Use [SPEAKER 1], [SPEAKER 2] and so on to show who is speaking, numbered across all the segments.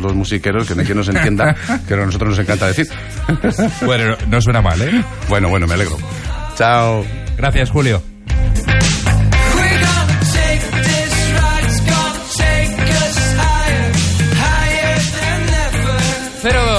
[SPEAKER 1] los musiqueros, que quien nos entienda, que a nosotros nos encanta decir.
[SPEAKER 2] Bueno, no suena mal, ¿eh?
[SPEAKER 1] Bueno, bueno, me alegro. Chao.
[SPEAKER 2] Gracias, Julio.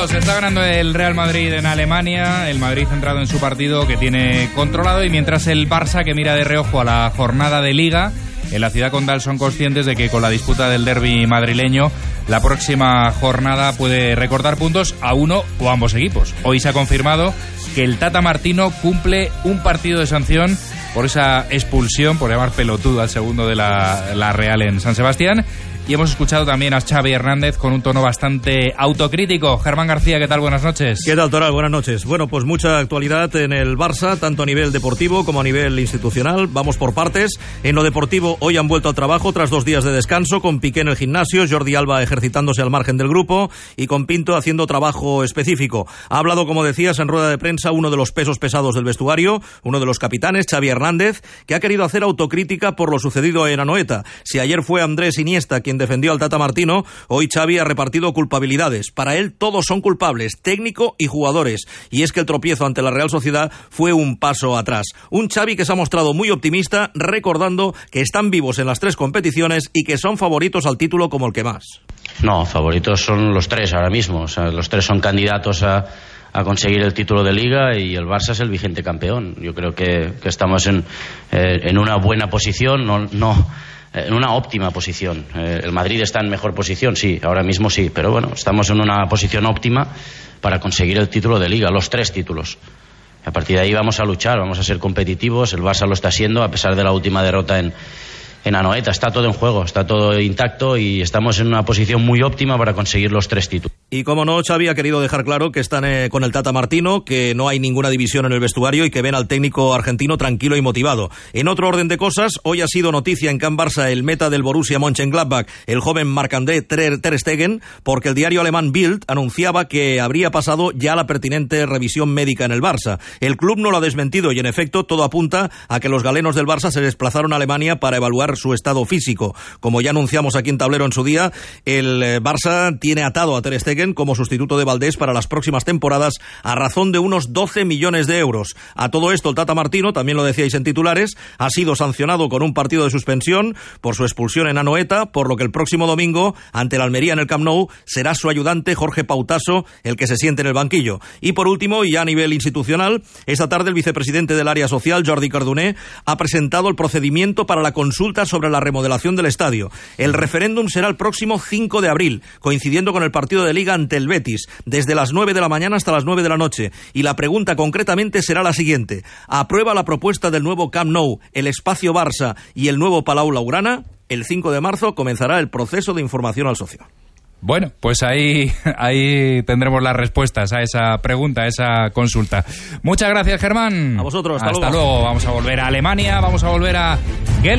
[SPEAKER 2] Se está ganando el Real Madrid en Alemania, el Madrid centrado en su partido que tiene controlado y mientras el Barça que mira de reojo a la jornada de liga, en la ciudad condal son conscientes de que con la disputa del derby madrileño, la próxima jornada puede recortar puntos a uno o a ambos equipos. Hoy se ha confirmado que el Tata Martino cumple un partido de sanción por esa expulsión, por llamar pelotudo al segundo de la, la Real en San Sebastián. Y hemos escuchado también a Xavi Hernández con un tono bastante autocrítico. Germán García, ¿qué tal? Buenas noches.
[SPEAKER 3] ¿Qué tal, Toral? Buenas noches. Bueno, pues mucha actualidad en el Barça, tanto a nivel deportivo como a nivel institucional. Vamos por partes. En lo deportivo, hoy han vuelto al trabajo tras dos días de descanso, con Piqué en el gimnasio, Jordi Alba ejercitándose al margen del grupo y con Pinto haciendo trabajo específico. Ha hablado, como decías, en rueda de prensa uno de los pesos pesados del vestuario, uno de los capitanes, Xavi Hernández, que ha querido hacer autocrítica por lo sucedido en Anoeta. Si ayer fue Andrés Iniesta quien defendió al Tata Martino, hoy Xavi ha repartido culpabilidades. Para él todos son culpables, técnico y jugadores. Y es que el tropiezo ante la Real Sociedad fue un paso atrás. Un Xavi que se ha mostrado muy optimista, recordando que están vivos en las tres competiciones y que son favoritos al título como el que más.
[SPEAKER 4] No, favoritos son los tres ahora mismo. O sea, los tres son candidatos a, a conseguir el título de liga y el Barça es el vigente campeón. Yo creo que, que estamos en, eh, en, una buena posición, no, no eh, en una óptima posición. Eh, el Madrid está en mejor posición, sí, ahora mismo sí, pero bueno, estamos en una posición óptima para conseguir el título de liga, los tres títulos. A partir de ahí vamos a luchar, vamos a ser competitivos, el Barça lo está siendo a pesar de la última derrota en, en Anoeta. Está todo en juego, está todo intacto y estamos en una posición muy óptima para conseguir los tres títulos.
[SPEAKER 3] Y como no, Xavi ha querido dejar claro que están eh, con el Tata Martino, que no hay ninguna división en el vestuario y que ven al técnico argentino tranquilo y motivado. En otro orden de cosas, hoy ha sido noticia en Can Barça el meta del Borussia Mönchengladbach, el joven Marc-André Ter, Ter Stegen, porque el diario alemán Bild anunciaba que habría pasado ya la pertinente revisión médica en el Barça. El club no lo ha desmentido y en efecto todo apunta a que los galenos del Barça se desplazaron a Alemania para evaluar su estado físico. Como ya anunciamos aquí en Tablero en su día, el eh, Barça tiene atado a Ter Stegen como sustituto de Valdés para las próximas temporadas a razón de unos 12 millones de euros. A todo esto, el Tata Martino, también lo decíais en titulares, ha sido sancionado con un partido de suspensión por su expulsión en Anoeta, por lo que el próximo domingo, ante la Almería en el Camp Nou, será su ayudante Jorge Pautaso el que se siente en el banquillo. Y por último, y ya a nivel institucional, esta tarde el vicepresidente del área social, Jordi Cardoné, ha presentado el procedimiento para la consulta sobre la remodelación del estadio. El referéndum será el próximo 5 de abril, coincidiendo con el partido de liga ante el Betis, desde las 9 de la mañana hasta las 9 de la noche. Y la pregunta concretamente será la siguiente. ¿Aprueba la propuesta del nuevo Camp Nou, el espacio Barça y el nuevo Palau Laurana? El 5 de marzo comenzará el proceso de información al socio.
[SPEAKER 2] Bueno, pues ahí, ahí tendremos las respuestas a esa pregunta, a esa consulta. Muchas gracias, Germán.
[SPEAKER 3] A vosotros, hasta,
[SPEAKER 2] hasta
[SPEAKER 3] luego.
[SPEAKER 2] luego. Vamos a volver a Alemania, vamos a volver a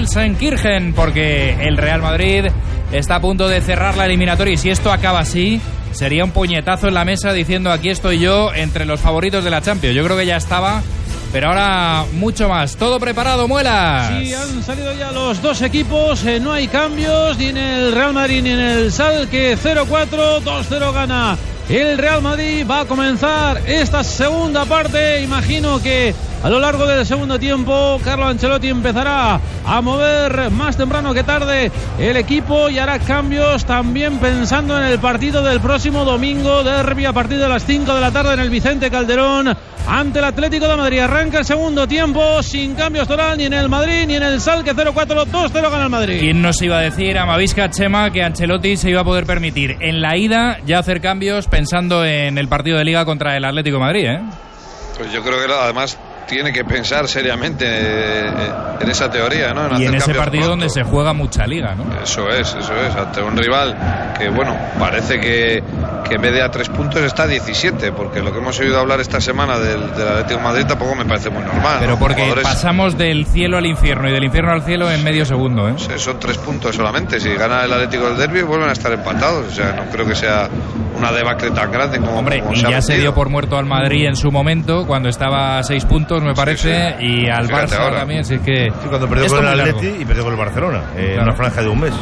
[SPEAKER 2] Gelsenkirchen, porque el Real Madrid está a punto de cerrar la eliminatoria y si esto acaba así, sería un puñetazo en la mesa diciendo aquí estoy yo entre los favoritos de la Champions. Yo creo que ya estaba pero ahora mucho más. Todo preparado, Muelas.
[SPEAKER 5] Sí, han salido ya los dos equipos. Eh, no hay cambios, ni en el Real Madrid ni en el Salque. 0-4, 2-0 gana. El Real Madrid va a comenzar esta segunda parte. Imagino que a lo largo del segundo tiempo, Carlo Ancelotti empezará a mover más temprano que tarde el equipo y hará cambios también pensando en el partido del próximo domingo, derby a partir de las 5 de la tarde en el Vicente Calderón ante el Atlético de Madrid. Arranca el segundo tiempo sin cambios total ni en el Madrid ni en el Salque 0-4, 2-0 gana el Madrid.
[SPEAKER 2] ¿Quién nos iba a decir a Mavisca Chema que Ancelotti se iba a poder permitir en la ida ya hacer cambios pensando en el partido de liga contra el Atlético de Madrid? ¿eh?
[SPEAKER 6] Pues yo creo que además tiene que pensar seriamente eh, en esa teoría, ¿no?
[SPEAKER 2] Y
[SPEAKER 6] hacer
[SPEAKER 2] en ese
[SPEAKER 6] cambios
[SPEAKER 2] partido
[SPEAKER 6] pronto.
[SPEAKER 2] donde se juega mucha liga, ¿no?
[SPEAKER 6] Eso es, eso es, ante un rival que, bueno, parece que, que en vez de a tres puntos está a 17, porque lo que hemos oído hablar esta semana del, del Atlético de Madrid tampoco me parece muy normal.
[SPEAKER 2] Pero
[SPEAKER 6] ¿no?
[SPEAKER 2] porque
[SPEAKER 6] Jugadores-
[SPEAKER 2] pasamos del cielo al infierno y del infierno al cielo en medio segundo, ¿eh?
[SPEAKER 6] Sí, son tres puntos solamente. Si gana el Atlético del Derby, vuelven a estar empatados. O sea, no creo que sea una debacle tan grande como.
[SPEAKER 2] Hombre,
[SPEAKER 6] como
[SPEAKER 2] y
[SPEAKER 6] ha
[SPEAKER 2] ya se
[SPEAKER 6] vendido.
[SPEAKER 2] dio por muerto al Madrid en su momento, cuando estaba a seis puntos, me parece, y al
[SPEAKER 6] Fíjate
[SPEAKER 2] Barça
[SPEAKER 6] ahora.
[SPEAKER 2] también, así que...
[SPEAKER 7] Sí, cuando perdió
[SPEAKER 2] esto
[SPEAKER 7] con el
[SPEAKER 2] es muy largo.
[SPEAKER 7] Atleti y perdió con el Barcelona. eh, En
[SPEAKER 2] Claro.
[SPEAKER 7] una franja de un mes.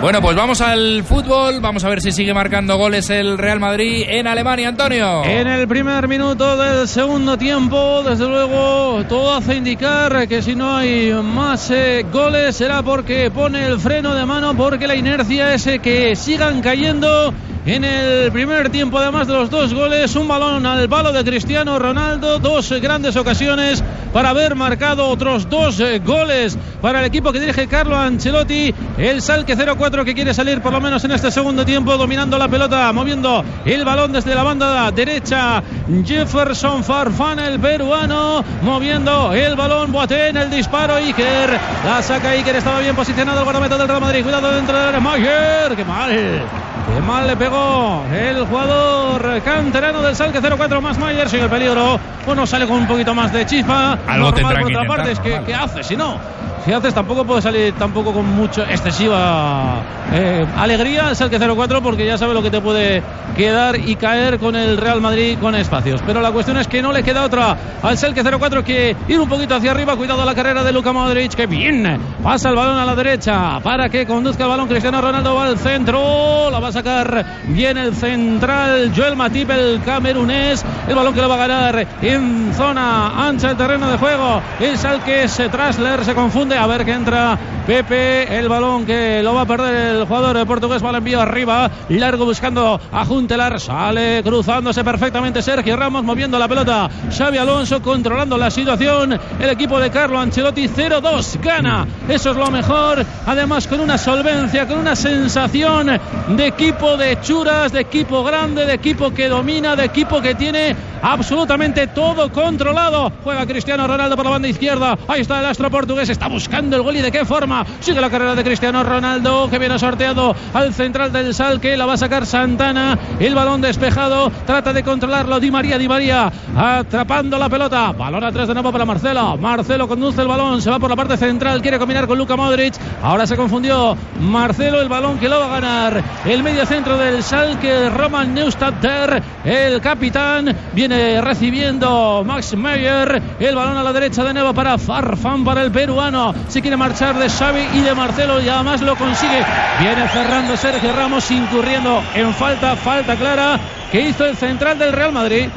[SPEAKER 2] Bueno, pues vamos al fútbol, vamos a ver si sigue marcando goles el Real Madrid en Alemania, Antonio.
[SPEAKER 5] En el primer minuto del segundo tiempo, desde luego, todo hace indicar que si no hay más eh, goles será porque pone el freno de mano, porque la inercia es eh, que sigan cayendo. En el primer tiempo, además de los dos goles, un balón al palo de Cristiano Ronaldo, dos eh, grandes ocasiones para haber marcado otros dos eh, goles para el equipo que dirige Carlo Ancelotti. El Salque 0-4 que quiere salir por lo menos en este segundo tiempo dominando la pelota, moviendo el balón desde la banda derecha. Jefferson Farfán, el peruano, moviendo el balón. Boateng, el disparo. Iker la saca Iker, estaba bien posicionado el guardameta del Real Madrid. Cuidado dentro del área. Mayer, qué mal. Qué mal le pegó el jugador canterano del Salque 0-4 más Mayer. Sigue el peligro. Bueno, sale con un poquito más de chispa.
[SPEAKER 2] Algo
[SPEAKER 5] Normal,
[SPEAKER 2] tendrá
[SPEAKER 5] por
[SPEAKER 2] que
[SPEAKER 5] otra
[SPEAKER 2] intentar,
[SPEAKER 5] parte, es que,
[SPEAKER 2] normal.
[SPEAKER 5] ¿qué hace si no? Si haces tampoco puede salir tampoco con mucho excesiva eh, alegría el Salque 0-4 porque ya sabe lo que te puede quedar y caer con el Real Madrid con espacios. Pero la cuestión es que no le queda otra al Salque 0-4 que ir un poquito hacia arriba. Cuidado la carrera de Luka Modric que bien pasa el balón a la derecha para que conduzca el balón Cristiano Ronaldo va al centro. La va a sacar bien el central Joel Matip el camerunés. El balón que lo va a ganar en zona ancha el terreno de juego. El Salque se trasler, se confunde. A ver que entra Pepe. El balón que lo va a perder el jugador de portugués. Balón envío arriba. Largo buscando a Juntelar. Sale cruzándose perfectamente Sergio Ramos moviendo la pelota. Xavi Alonso controlando la situación. El equipo de Carlo Ancelotti 0-2. Gana. Eso es lo mejor. Además con una solvencia, con una sensación de equipo de churas, de equipo grande, de equipo que domina, de equipo que tiene absolutamente todo controlado. Juega Cristiano Ronaldo por la banda izquierda. Ahí está el astro portugués. Está buscando el gol y de qué forma. Sigue la carrera de Cristiano Ronaldo que viene sorteado al central del Salque. La va a sacar Santana. El balón despejado. Trata de controlarlo Di María. Di María atrapando la pelota. Balón atrás de nuevo para Marcelo. Marcelo conduce el balón. Se va por la parte central. Quiere combinar con Luka Modric. Ahora se confundió Marcelo. El balón que lo va a ganar. El medio centro del Salque. Roman Neustadter. El capitán. Viene recibiendo Max Meyer. El balón a la derecha de nuevo para Farfán. Para el peruano. Se quiere marchar de Xavi y de Marcelo. Y además lo consigue. Viene cerrando Sergio Ramos. Incurriendo en falta. Falta clara. Que hizo el central del Real Madrid.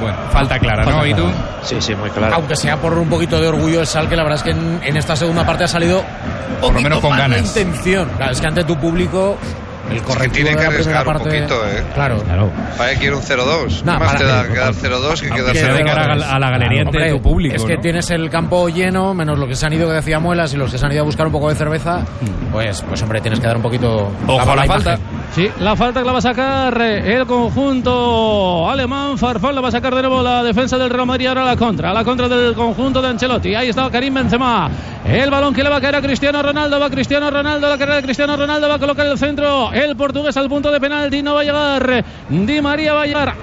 [SPEAKER 2] Bueno, falta clara, ¿no? ¿Y tú?
[SPEAKER 8] Sí, sí, muy claro. Aunque sea por un poquito de orgullo el Sal, que la verdad es que en, en esta segunda parte ha salido
[SPEAKER 2] Por lo menos con
[SPEAKER 8] más de
[SPEAKER 2] ganas.
[SPEAKER 8] intención. Claro, es que ante tu público el correctivo
[SPEAKER 6] tiene
[SPEAKER 8] de
[SPEAKER 6] que
[SPEAKER 8] la primera
[SPEAKER 6] arriesgar un
[SPEAKER 8] parte.
[SPEAKER 6] poquito, ¿eh?
[SPEAKER 8] Claro,
[SPEAKER 6] ¿Para qué quiere un 0-2?
[SPEAKER 8] Nah,
[SPEAKER 6] ¿Qué más
[SPEAKER 8] para-
[SPEAKER 6] te da
[SPEAKER 8] eh,
[SPEAKER 6] quedar 0-2 que quedar
[SPEAKER 2] sea de
[SPEAKER 6] 0-2?
[SPEAKER 2] cara a la- a la galería de
[SPEAKER 8] hombre,
[SPEAKER 2] tu público,
[SPEAKER 8] Es que
[SPEAKER 2] ¿no?
[SPEAKER 8] tienes el campo lleno, menos los que se han ido que decía Muelas y los que se han ido a buscar un poco de cerveza. Pues, pues hombre, tienes que dar un poquito.
[SPEAKER 2] Ojo a la
[SPEAKER 8] imagen.
[SPEAKER 2] falta.
[SPEAKER 5] Sí, la falta que la va a sacar eh, el conjunto alemán. Farfán la va a sacar de nuevo la defensa del Real Madrid. Ahora la contra, la contra del conjunto de Ancelotti. Ahí está Karim Benzema. El balón que le va a caer a Cristiano Ronaldo. Va Cristiano Ronaldo. La carrera de Cristiano Ronaldo va a colocar el centro. El portugués al punto de penalti. No va a llegar. Di María va a llegar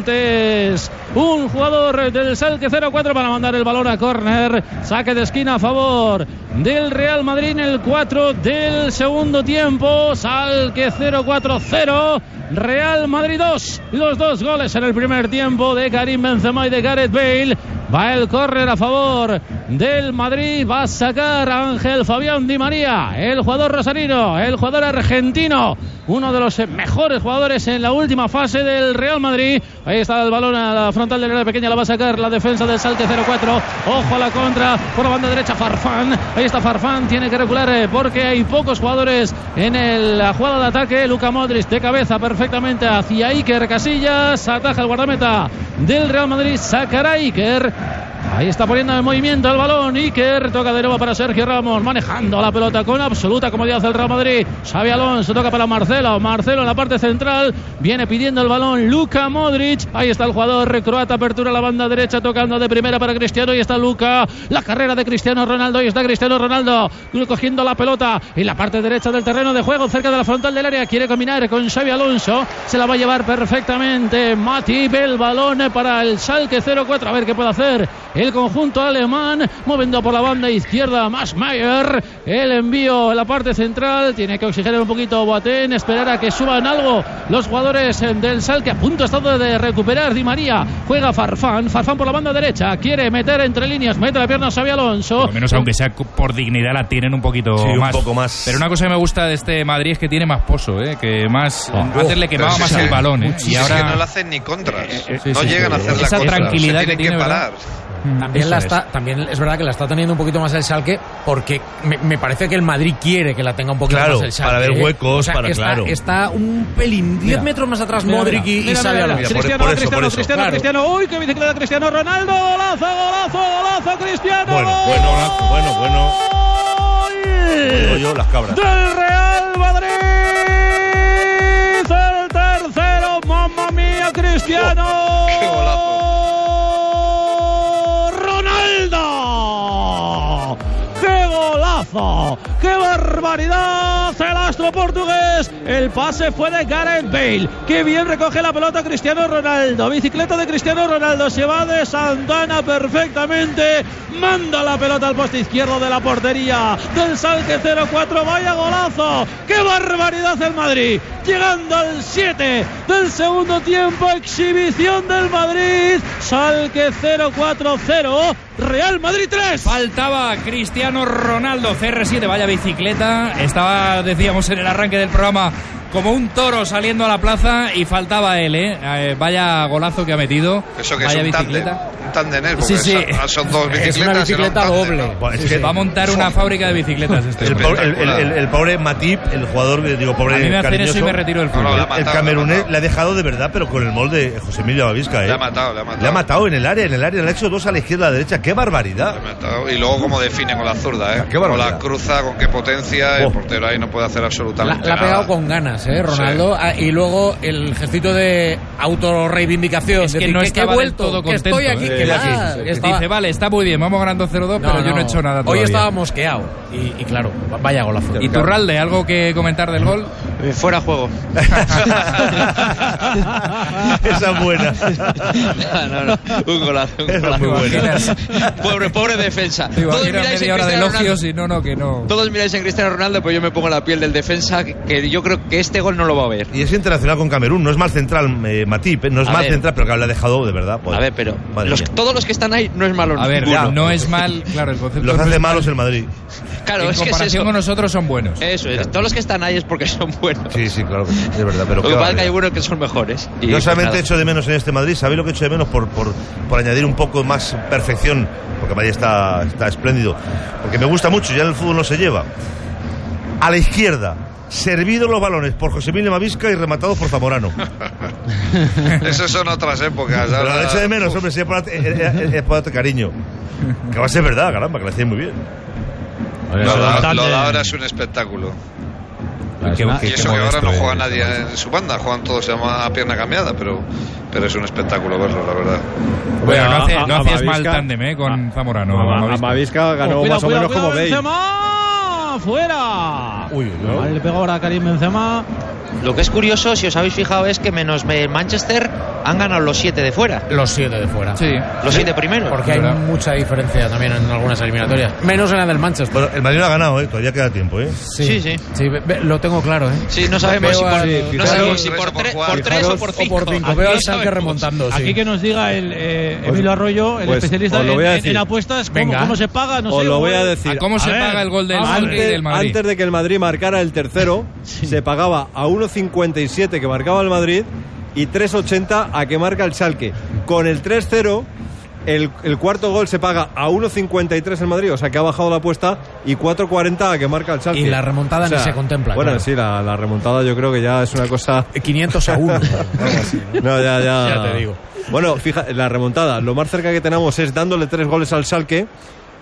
[SPEAKER 5] antes. Un jugador del Salque 0-4 para mandar el balón a córner. Saque de esquina a favor del Real Madrid en el 4 del segundo tiempo. Salque 0-4-0. Real Madrid 2. Los dos goles en el primer tiempo de Karim Benzema y de Gareth Bale. Va el córner a favor del Madrid. Va a sacar a Ángel Fabián Di María, el jugador rosarino, el jugador argentino, uno de los mejores jugadores en la última fase del Real Madrid. Ahí está el balón a la frontal del área pequeña, la va a sacar la defensa del Salte 0-4. Ojo a la contra por la banda derecha, Farfán. Ahí está Farfán, tiene que regular eh, porque hay pocos jugadores en el- la jugada de ataque. Luca Modric de cabeza perfectamente hacia Iker Casillas, ataja el guardameta del Real Madrid, sacará Iker. Ahí está poniendo en movimiento el balón. Iker toca de nuevo para Sergio Ramos, manejando la pelota con absoluta comodidad el Real Madrid. Xavi Alonso toca para Marcelo. Marcelo en la parte central viene pidiendo el balón. Luka Modric. Ahí está el jugador croata. Apertura a la banda derecha, tocando de primera para Cristiano. Y está Luka. La carrera de Cristiano Ronaldo. Y está Cristiano Ronaldo cogiendo la pelota en la parte derecha del terreno de juego, cerca de la frontal del área. Quiere combinar con Xavi Alonso. Se la va a llevar perfectamente Matip. El balón para el Salque 0-4. A ver qué puede hacer el conjunto alemán. Moviendo por la banda izquierda, más Mayer. El envío en la parte central. Tiene que oxigenar un poquito Boateng. Esperar a que suban algo los jugadores del Salque. A punto ha estado de recuperar Di María. Juega Farfán. Farfán por la banda derecha. Quiere meter entre líneas. Mete la pierna a Xavi Alonso.
[SPEAKER 2] Por lo menos, aunque sea por dignidad, la tienen un poquito
[SPEAKER 3] Sí, un
[SPEAKER 2] más.
[SPEAKER 3] poco más.
[SPEAKER 2] Pero una cosa que me gusta de este Madrid es que tiene más pozo, ¿eh? que más.
[SPEAKER 7] Oh.
[SPEAKER 2] Antes le
[SPEAKER 6] Pero
[SPEAKER 2] quemaba
[SPEAKER 6] si
[SPEAKER 2] más
[SPEAKER 6] es
[SPEAKER 2] el
[SPEAKER 6] que-
[SPEAKER 2] balón. ¿eh?
[SPEAKER 6] si
[SPEAKER 2] Y
[SPEAKER 6] es
[SPEAKER 2] ahora. Eh,
[SPEAKER 6] que no le hacen ni contras.
[SPEAKER 2] sí,
[SPEAKER 6] no
[SPEAKER 2] sí,
[SPEAKER 6] llegan a
[SPEAKER 2] sí.
[SPEAKER 6] hacer la
[SPEAKER 2] Esa
[SPEAKER 6] contra.
[SPEAKER 2] tranquilidad
[SPEAKER 6] se
[SPEAKER 2] que
[SPEAKER 6] tienen que,
[SPEAKER 2] tiene, ¿verdad? Mm.
[SPEAKER 6] parar.
[SPEAKER 8] También,
[SPEAKER 2] Eso
[SPEAKER 8] la
[SPEAKER 2] es.
[SPEAKER 8] está, también es verdad que la está teniendo un poquito más el Schalke porque me, me parece que el Madrid quiere que la tenga un poquito
[SPEAKER 7] Claro,
[SPEAKER 8] más el Schalke.
[SPEAKER 7] para ver
[SPEAKER 8] ¿eh?
[SPEAKER 7] huecos,
[SPEAKER 8] O sea,
[SPEAKER 7] para-
[SPEAKER 8] que está,
[SPEAKER 7] claro.
[SPEAKER 8] Está un pelín, 10 metros más atrás
[SPEAKER 5] Mira,
[SPEAKER 8] Modric y,
[SPEAKER 5] mira,
[SPEAKER 8] y
[SPEAKER 5] mira,
[SPEAKER 8] Xavi
[SPEAKER 5] mira,
[SPEAKER 8] Alonso.
[SPEAKER 7] por-
[SPEAKER 5] Cristiano,
[SPEAKER 7] por eso,
[SPEAKER 5] Cristiano,
[SPEAKER 7] por eso.
[SPEAKER 5] Cristiano,
[SPEAKER 8] Claro.
[SPEAKER 5] Cristiano. Uy, qué bicicleta de Cristiano Ronaldo. Golazo, golazo, golazo, Cristiano.
[SPEAKER 7] Bueno,
[SPEAKER 5] gol.
[SPEAKER 7] bueno, bueno, bueno. Digo yo, las cabras.
[SPEAKER 5] Del Real Madrid. El tercero, mamma mía, Cristiano.
[SPEAKER 6] qué
[SPEAKER 7] Oh.
[SPEAKER 5] Ronaldo. ¡Qué golazo! ¡Qué barbaridad! El astro portugués. El pase fue de Gareth Bale. ¡Qué bien recoge la pelota Cristiano Ronaldo! Bicicleta de Cristiano Ronaldo. Se va de Santana perfectamente. Manda la pelota al poste izquierdo de la portería. Del Salque 0-4. ¡Vaya golazo! ¡Qué barbaridad el Madrid! Llegando al 7 del segundo tiempo. Exhibición del Madrid. Salque 0-4-0. Real Madrid 3.
[SPEAKER 2] Faltaba Cristiano Ronaldo, CR7, vaya bicicleta. Estaba, decíamos en el arranque del programa, como un toro saliendo a la plaza y faltaba él, ¿eh? Eh, vaya golazo que ha metido.
[SPEAKER 6] Eso que
[SPEAKER 2] vaya
[SPEAKER 6] es un tándem.
[SPEAKER 2] bicicleta.
[SPEAKER 6] Un tándem es, porque
[SPEAKER 2] Sí, sí.
[SPEAKER 6] Son, son dos
[SPEAKER 8] Es
[SPEAKER 6] bicicletas.
[SPEAKER 8] una
[SPEAKER 6] será un
[SPEAKER 8] bicicleta
[SPEAKER 6] tándem,
[SPEAKER 8] doble.
[SPEAKER 6] ¿no?
[SPEAKER 7] Buah, es que
[SPEAKER 2] Pues Va a montar una fábrica de bicicletas este.
[SPEAKER 7] el,
[SPEAKER 2] hombre.
[SPEAKER 7] pobre, el- el- el- el pobre Matip, el jugador, eh, digo,
[SPEAKER 2] A
[SPEAKER 7] pobre
[SPEAKER 2] mí me hacen
[SPEAKER 7] cariñoso,
[SPEAKER 2] eso y me retiro del
[SPEAKER 6] No, no,
[SPEAKER 2] fútbol.
[SPEAKER 6] la ha matado,
[SPEAKER 7] el
[SPEAKER 6] la ha
[SPEAKER 7] camerunés
[SPEAKER 6] matado.
[SPEAKER 7] le ha dejado de verdad, pero con el molde de José Emilio Bavisca, ¿eh?
[SPEAKER 6] Le ha matado, le ha matado.
[SPEAKER 7] Le ha matado en el área, en el área. Le ha hecho dos a la izquierda, a la derecha. ¡Qué barbaridad!
[SPEAKER 6] Y luego cómo define con la zurda, ¿eh?
[SPEAKER 2] Ah,
[SPEAKER 7] Qué
[SPEAKER 6] con
[SPEAKER 7] barbaridad.
[SPEAKER 6] la cruza, con qué potencia,
[SPEAKER 7] Oh.
[SPEAKER 6] el portero ahí no puede hacer
[SPEAKER 8] La,
[SPEAKER 6] absolutamente
[SPEAKER 8] la ha pegado
[SPEAKER 6] nada.
[SPEAKER 8] con ganas, ¿eh, Ronaldo? Ah, y luego el gestito de autorreivindicación.
[SPEAKER 2] Es que
[SPEAKER 8] decir,
[SPEAKER 2] no
[SPEAKER 8] que
[SPEAKER 2] estaba
[SPEAKER 8] he
[SPEAKER 2] del
[SPEAKER 8] vuelto,
[SPEAKER 2] todo
[SPEAKER 8] que estoy
[SPEAKER 2] contento,
[SPEAKER 8] aquí,
[SPEAKER 2] ¿eh?
[SPEAKER 8] que
[SPEAKER 7] Sí,
[SPEAKER 8] la-
[SPEAKER 7] sí, sí,
[SPEAKER 2] Que
[SPEAKER 8] estaba-
[SPEAKER 2] Dice, vale, está muy bien, vamos ganando 0-2, pero yo no he hecho nada todavía.
[SPEAKER 8] Hoy estaba mosqueado. Y, y claro, vaya golazo.
[SPEAKER 2] ¿Y Turralde, algo que comentar del gol?
[SPEAKER 9] Eh,
[SPEAKER 10] fuera juego.
[SPEAKER 7] Esa es buena.
[SPEAKER 10] no, no, no. Un golazo, un
[SPEAKER 7] Esa es
[SPEAKER 10] golazo.
[SPEAKER 7] muy buena.
[SPEAKER 10] Pobre, pobre defensa.
[SPEAKER 2] Digo,
[SPEAKER 10] Todos
[SPEAKER 2] aquí era
[SPEAKER 10] miráis en
[SPEAKER 2] media hora de
[SPEAKER 10] Cristiano Ronaldo.
[SPEAKER 2] elogios y no, no, que no.
[SPEAKER 10] Todos miráis en Cristiano Ronaldo, pues yo me pongo la piel del defensa, que yo creo que este gol no lo va a ver.
[SPEAKER 7] Y es internacional con Camerún. No es mal central, eh, Matip. ¿eh? No es
[SPEAKER 10] A
[SPEAKER 7] mal
[SPEAKER 10] ver.
[SPEAKER 7] central, pero claro, le ha dejado de verdad. pues.
[SPEAKER 10] A ver, pero
[SPEAKER 7] Madre
[SPEAKER 10] los-
[SPEAKER 7] mía.
[SPEAKER 10] todos los que están ahí no es malo
[SPEAKER 2] A ver,
[SPEAKER 10] ninguno.
[SPEAKER 2] no es mal, claro, el concepto
[SPEAKER 7] Los
[SPEAKER 2] no
[SPEAKER 7] hace
[SPEAKER 2] es
[SPEAKER 7] malos el Madrid.
[SPEAKER 10] Claro,
[SPEAKER 2] en
[SPEAKER 10] es que es
[SPEAKER 2] comparación
[SPEAKER 10] eso.
[SPEAKER 2] con nosotros son buenos.
[SPEAKER 10] Eso es, todos los que están ahí es porque son buenos.
[SPEAKER 7] Sí, sí, claro que sí, es verdad. Pero
[SPEAKER 10] Lo que
[SPEAKER 7] qué
[SPEAKER 10] pasa es que hay
[SPEAKER 7] barbaridad.
[SPEAKER 10] buenos que son mejores. Y
[SPEAKER 7] Yo
[SPEAKER 10] pues
[SPEAKER 7] solamente
[SPEAKER 10] nada.
[SPEAKER 7] echo de menos en este Madrid, ¿sabéis lo que echo de menos? Por, por, por añadir un poco más perfección, porque Madrid está, está espléndido, porque me gusta mucho, ya en el fútbol no se lleva. A la izquierda, servidos los balones por José Emilio Mavisca y rematados por Zamorano.
[SPEAKER 6] Esas son otras épocas.
[SPEAKER 7] Pero
[SPEAKER 6] ahora-
[SPEAKER 7] lo echo de menos, hombre, si es por, darte- es- es- es por darte cariño. Que va a ser verdad, caramba, que lo hacéis muy bien.
[SPEAKER 6] Lo,
[SPEAKER 1] Eso
[SPEAKER 6] da-
[SPEAKER 1] es
[SPEAKER 6] lo
[SPEAKER 1] tándem.
[SPEAKER 6] da ahora es un espectáculo.
[SPEAKER 7] Pues
[SPEAKER 1] Es una-
[SPEAKER 6] Y
[SPEAKER 1] qué
[SPEAKER 6] eso que
[SPEAKER 1] modesto
[SPEAKER 6] ahora
[SPEAKER 1] eh,
[SPEAKER 6] no
[SPEAKER 1] es.
[SPEAKER 9] eh,
[SPEAKER 6] juega nadie en su banda, juegan todos a pierna cambiada, pero, pero es un espectáculo verlo, la verdad.
[SPEAKER 2] Bueno, no, hace-
[SPEAKER 9] a- a
[SPEAKER 2] no hacías mal
[SPEAKER 9] Mavisca-
[SPEAKER 2] tándem, ¿eh? Con Zamorano.
[SPEAKER 9] Ama-
[SPEAKER 2] Mavisca.
[SPEAKER 9] Amavisca ganó
[SPEAKER 5] Cuidado,
[SPEAKER 9] más o
[SPEAKER 5] cuidado,
[SPEAKER 9] menos como
[SPEAKER 5] cuidado,
[SPEAKER 9] Bale.
[SPEAKER 5] Benzema, fuera.
[SPEAKER 9] Uy, ¿no?
[SPEAKER 5] Vale, le pegó ahora a Karim Benzema.
[SPEAKER 10] Lo que es curioso, si os habéis fijado, es que menos el Manchester han ganado los siete de fuera.
[SPEAKER 8] Los siete de fuera.
[SPEAKER 2] Sí.
[SPEAKER 10] Los siete primeros.
[SPEAKER 8] Porque hay mucha diferencia también en algunas eliminatorias. Menos en la del Manchester.
[SPEAKER 7] Bueno, el Madrid lo ha ganado, ¿eh? todavía queda tiempo. ¿eh?
[SPEAKER 10] Sí, sí.
[SPEAKER 8] Sí, ve- ve- lo tengo claro, ¿eh?
[SPEAKER 10] Sí, no sabemos
[SPEAKER 8] Veo
[SPEAKER 10] si por,
[SPEAKER 8] al-
[SPEAKER 10] no
[SPEAKER 8] fijaros-
[SPEAKER 10] sabemos si
[SPEAKER 6] por
[SPEAKER 10] por, tre-
[SPEAKER 6] tres o por
[SPEAKER 10] por
[SPEAKER 6] cuatro.
[SPEAKER 10] tres o por cinco.
[SPEAKER 8] O por cinco.
[SPEAKER 10] Aquí
[SPEAKER 8] Veo
[SPEAKER 10] no
[SPEAKER 8] al Sanque
[SPEAKER 10] sabemos.
[SPEAKER 8] remontando, sí.
[SPEAKER 5] Aquí que nos diga el eh,
[SPEAKER 9] Pues-
[SPEAKER 5] Emilio Arroyo, el
[SPEAKER 9] pues,
[SPEAKER 5] especialista
[SPEAKER 9] os lo
[SPEAKER 5] en,
[SPEAKER 9] voy a
[SPEAKER 5] en-
[SPEAKER 9] decir.
[SPEAKER 5] en apuestas, cómo,
[SPEAKER 8] Venga.
[SPEAKER 5] cómo se paga, no sé.
[SPEAKER 9] Os lo voy
[SPEAKER 5] o-
[SPEAKER 9] a decir.
[SPEAKER 2] ¿A cómo se
[SPEAKER 5] ver,
[SPEAKER 2] paga el gol del,
[SPEAKER 5] antes-
[SPEAKER 2] Madrid, del Madrid?
[SPEAKER 9] Antes de que el Madrid marcara el tercero, se pagaba a 1.57 que marcaba el Madrid y 3.80 a que marca el Schalke. Con el 3-0, El, el cuarto gol se paga a 1.53 en Madrid, o sea que ha bajado la apuesta, y 4.40 que marca el Schalke.
[SPEAKER 8] Y la remontada
[SPEAKER 9] O sea,
[SPEAKER 8] ni se contempla.
[SPEAKER 9] Bueno,
[SPEAKER 8] claro.
[SPEAKER 9] sí, la, la remontada yo creo que ya es una cosa...
[SPEAKER 8] 500 a 1.
[SPEAKER 9] No, ya, ya.
[SPEAKER 8] Ya te digo.
[SPEAKER 9] Bueno, fija, la remontada. Lo más cerca que tenemos es dándole tres goles al Schalke.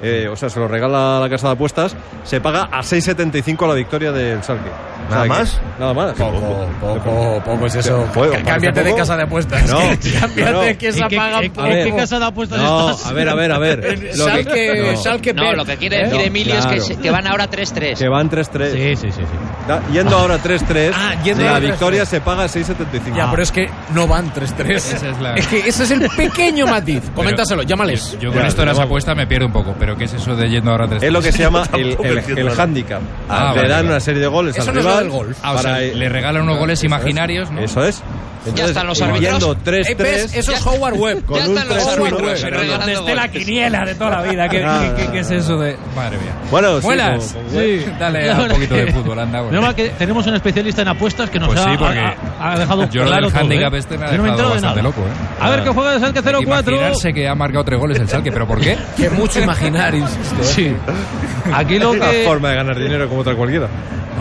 [SPEAKER 9] eh, o sea, se lo regala la casa de apuestas. Se paga a 6.75 la victoria del Schalke. O sea
[SPEAKER 7] ¿Nada
[SPEAKER 9] que-
[SPEAKER 7] más?
[SPEAKER 9] Nada más.
[SPEAKER 8] Poco, poco, poco es eso.
[SPEAKER 9] Bueno,
[SPEAKER 8] Cá- Cámbiate
[SPEAKER 9] parece
[SPEAKER 8] de
[SPEAKER 9] poco.
[SPEAKER 8] casa de apuestas.
[SPEAKER 9] No,
[SPEAKER 8] Cámbiate
[SPEAKER 9] no, no.
[SPEAKER 8] que esa
[SPEAKER 5] ¿En qué-
[SPEAKER 8] paga
[SPEAKER 5] en qué-
[SPEAKER 8] poco.
[SPEAKER 5] en qué casa de apuestas
[SPEAKER 9] No,
[SPEAKER 5] estás?
[SPEAKER 9] a ver, a ver, a ver.
[SPEAKER 8] En
[SPEAKER 9] Lo que-
[SPEAKER 8] Schalke-
[SPEAKER 9] no.
[SPEAKER 8] Schalke
[SPEAKER 10] No,
[SPEAKER 8] Pep.
[SPEAKER 10] lo que quiere decir
[SPEAKER 9] No,
[SPEAKER 10] Emilio es que,
[SPEAKER 9] claro.
[SPEAKER 10] se- que van ahora 3-3.
[SPEAKER 9] Que van 3-3.
[SPEAKER 5] Sí, sí, sí. sí.
[SPEAKER 9] Da- yendo ahora 3-3,
[SPEAKER 8] Ah, yendo
[SPEAKER 9] la
[SPEAKER 8] ahora 3-3.
[SPEAKER 9] victoria se paga a 6.75.
[SPEAKER 8] Ya, pero es que no van 3-3.
[SPEAKER 2] Esa es la-
[SPEAKER 8] que ese es el pequeño matiz. Coméntaselo, llámales.
[SPEAKER 2] Yo con
[SPEAKER 9] Ya,
[SPEAKER 2] esto de las
[SPEAKER 9] vamos.
[SPEAKER 2] apuestas me pierdo un poco, pero ¿qué es eso de yendo ahora 3
[SPEAKER 9] es lo que se llama el,
[SPEAKER 7] Tampoco
[SPEAKER 9] el,
[SPEAKER 7] entiendo
[SPEAKER 9] el
[SPEAKER 7] nada.
[SPEAKER 9] handicap.
[SPEAKER 2] Ah,
[SPEAKER 9] le
[SPEAKER 2] vale,
[SPEAKER 9] dan
[SPEAKER 2] vale.
[SPEAKER 9] una serie de goles
[SPEAKER 8] Eso
[SPEAKER 9] al
[SPEAKER 8] no es lo
[SPEAKER 9] rival.
[SPEAKER 8] del gol.
[SPEAKER 2] Ah, o sea,
[SPEAKER 9] para-
[SPEAKER 2] le regalan unos goles imaginarios, ¿no?
[SPEAKER 9] Eso es. Entonces,
[SPEAKER 10] están los
[SPEAKER 9] y
[SPEAKER 10] árbitros.
[SPEAKER 9] Yendo
[SPEAKER 8] Eh, ¿ves?
[SPEAKER 9] 3-3.
[SPEAKER 8] Eso es Howard Webb.
[SPEAKER 9] con
[SPEAKER 10] ya
[SPEAKER 9] un
[SPEAKER 10] están los
[SPEAKER 9] 3-1,
[SPEAKER 10] árbitros
[SPEAKER 9] pero
[SPEAKER 10] regalando
[SPEAKER 2] ¿Dónde esté la
[SPEAKER 10] golpes.
[SPEAKER 2] quiniela de toda la vida? ¿Qué,
[SPEAKER 9] Nada,
[SPEAKER 2] qué- qué- qué es eso de...? Madre mía.
[SPEAKER 9] Bueno, sí,
[SPEAKER 2] Buenas.
[SPEAKER 9] como-
[SPEAKER 5] Sí.
[SPEAKER 2] Dale
[SPEAKER 5] La
[SPEAKER 2] un
[SPEAKER 5] verdad
[SPEAKER 2] poquito
[SPEAKER 5] que-
[SPEAKER 2] de fútbol, anda. bueno.
[SPEAKER 5] Menos mal que tenemos un especialista en apuestas que nos
[SPEAKER 2] Pues
[SPEAKER 5] ha,
[SPEAKER 2] sí, porque
[SPEAKER 5] ha- ha dejado
[SPEAKER 2] yo lo
[SPEAKER 5] claro
[SPEAKER 2] del
[SPEAKER 5] todo,
[SPEAKER 2] handicap
[SPEAKER 5] ¿eh?
[SPEAKER 2] este me ha
[SPEAKER 5] Yo no he
[SPEAKER 2] dejado
[SPEAKER 5] enterado de nada.
[SPEAKER 2] bastante loco, ¿eh?
[SPEAKER 5] A ver qué juega el Salque 0-4.
[SPEAKER 2] Imaginarse que ha marcado tres goles el Schalke, ¿pero por qué?
[SPEAKER 8] Que mucho imaginar, insisto. ¿eh?
[SPEAKER 5] Sí. Aquí lo
[SPEAKER 9] Una
[SPEAKER 5] que
[SPEAKER 9] forma de ganar dinero como otra cualquiera.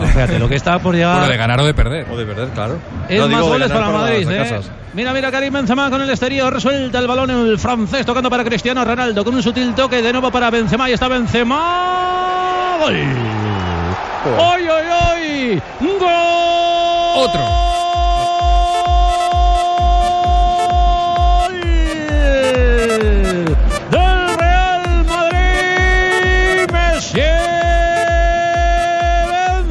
[SPEAKER 5] Espérate, lo que está por
[SPEAKER 2] Bueno,
[SPEAKER 5] llegar
[SPEAKER 2] de ganar o de perder.
[SPEAKER 9] O de perder, claro.
[SPEAKER 5] es
[SPEAKER 9] No
[SPEAKER 5] más
[SPEAKER 9] digo de
[SPEAKER 5] goles
[SPEAKER 9] ganar
[SPEAKER 5] para Madrid,
[SPEAKER 9] las
[SPEAKER 5] ¿eh?
[SPEAKER 9] casas.
[SPEAKER 5] Mira, mira, Karim Benzema con el exterior, suelta el balón el francés tocando para Cristiano Ronaldo con un sutil toque de nuevo para Benzema y está Benzema. Gol. ¡Oy, oy, oy! ¡Gol!
[SPEAKER 2] Otro.
[SPEAKER 5] ¡Gol! ¡Del Real Madrid! ¡Messi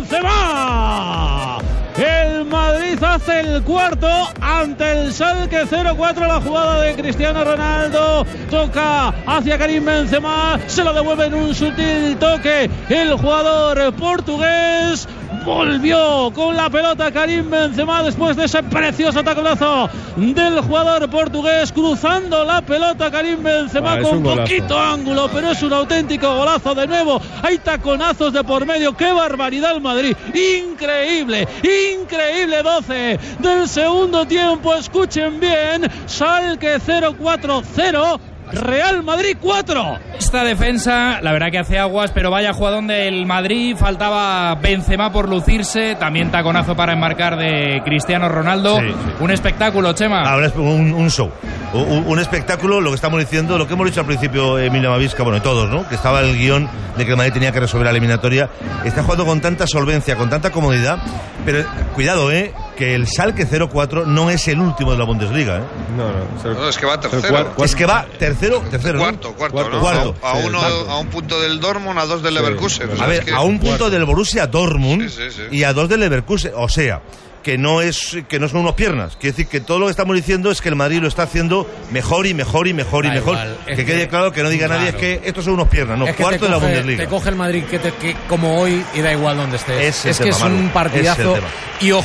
[SPEAKER 5] Benzema! El Madrid hace el cuarto ante el Salque 0-4. La jugada de Cristiano Ronaldo toca hacia Karim Benzema. Se lo devuelve en un sutil toque el jugador portugués. Volvió con la pelota Karim Benzema después de ese precioso taconazo del jugador portugués cruzando la pelota Karim Benzema
[SPEAKER 9] Ah, es
[SPEAKER 5] con
[SPEAKER 9] un golazo.
[SPEAKER 5] poquito ángulo, pero es un auténtico golazo de nuevo. Hay taconazos de por medio, qué barbaridad el Madrid. Increíble, increíble 12 del segundo tiempo. Escuchen bien, Salque 0-4-0, Real Madrid 4.
[SPEAKER 2] Esta defensa, la verdad que hace aguas, pero vaya jugadón del Madrid. Faltaba Benzema por lucirse. También taconazo para enmarcar de Cristiano Ronaldo.
[SPEAKER 7] Sí, sí.
[SPEAKER 2] Un espectáculo, Chema.
[SPEAKER 7] Ahora es un, un show, un, un espectáculo, lo que estamos diciendo, lo que hemos dicho al principio Emilio Mavisca, bueno, y todos, ¿no? Que estaba el guión de que el Madrid tenía que resolver la eliminatoria. Está jugando con tanta solvencia, con tanta comodidad, pero cuidado, ¿eh? Que el Salque 0-4 no es el último de la Bundesliga, ¿eh?
[SPEAKER 9] No, no. se-
[SPEAKER 6] No, es que va
[SPEAKER 9] se-
[SPEAKER 6] tercero.
[SPEAKER 9] cuar- cuar-
[SPEAKER 7] Es que va tercero, tercero, ¿no?
[SPEAKER 6] Cuarto, cuarto, ¿no?
[SPEAKER 7] Cuarto.
[SPEAKER 6] A, a
[SPEAKER 9] Sí,
[SPEAKER 6] uno,
[SPEAKER 9] exacto.
[SPEAKER 6] a un punto del Dortmund, a dos del Leverkusen. O sea,
[SPEAKER 7] A
[SPEAKER 6] es
[SPEAKER 7] ver,
[SPEAKER 6] que-
[SPEAKER 7] a un punto del Borussia Dortmund
[SPEAKER 6] Sí, sí, sí.
[SPEAKER 7] y a dos del Leverkusen. O sea, que no es que no son unas piernas. Quiere decir que todo lo que estamos diciendo es que el Madrid lo está haciendo mejor y mejor y mejor y
[SPEAKER 8] Da
[SPEAKER 7] mejor.
[SPEAKER 8] igual,
[SPEAKER 7] Que,
[SPEAKER 8] es que-
[SPEAKER 7] quede claro que no diga nadie es
[SPEAKER 8] Claro.
[SPEAKER 7] que estos son unos piernas, no,
[SPEAKER 8] Es que
[SPEAKER 7] cuarto
[SPEAKER 8] te
[SPEAKER 7] de la
[SPEAKER 8] coge-
[SPEAKER 7] Bundesliga.
[SPEAKER 8] Te coge el Madrid que, te- que como hoy y da igual donde estés.
[SPEAKER 7] Ese
[SPEAKER 8] es
[SPEAKER 7] tema,
[SPEAKER 8] que es un
[SPEAKER 7] Manu, ese
[SPEAKER 8] partidazo.
[SPEAKER 7] tema.
[SPEAKER 8] Y ojo,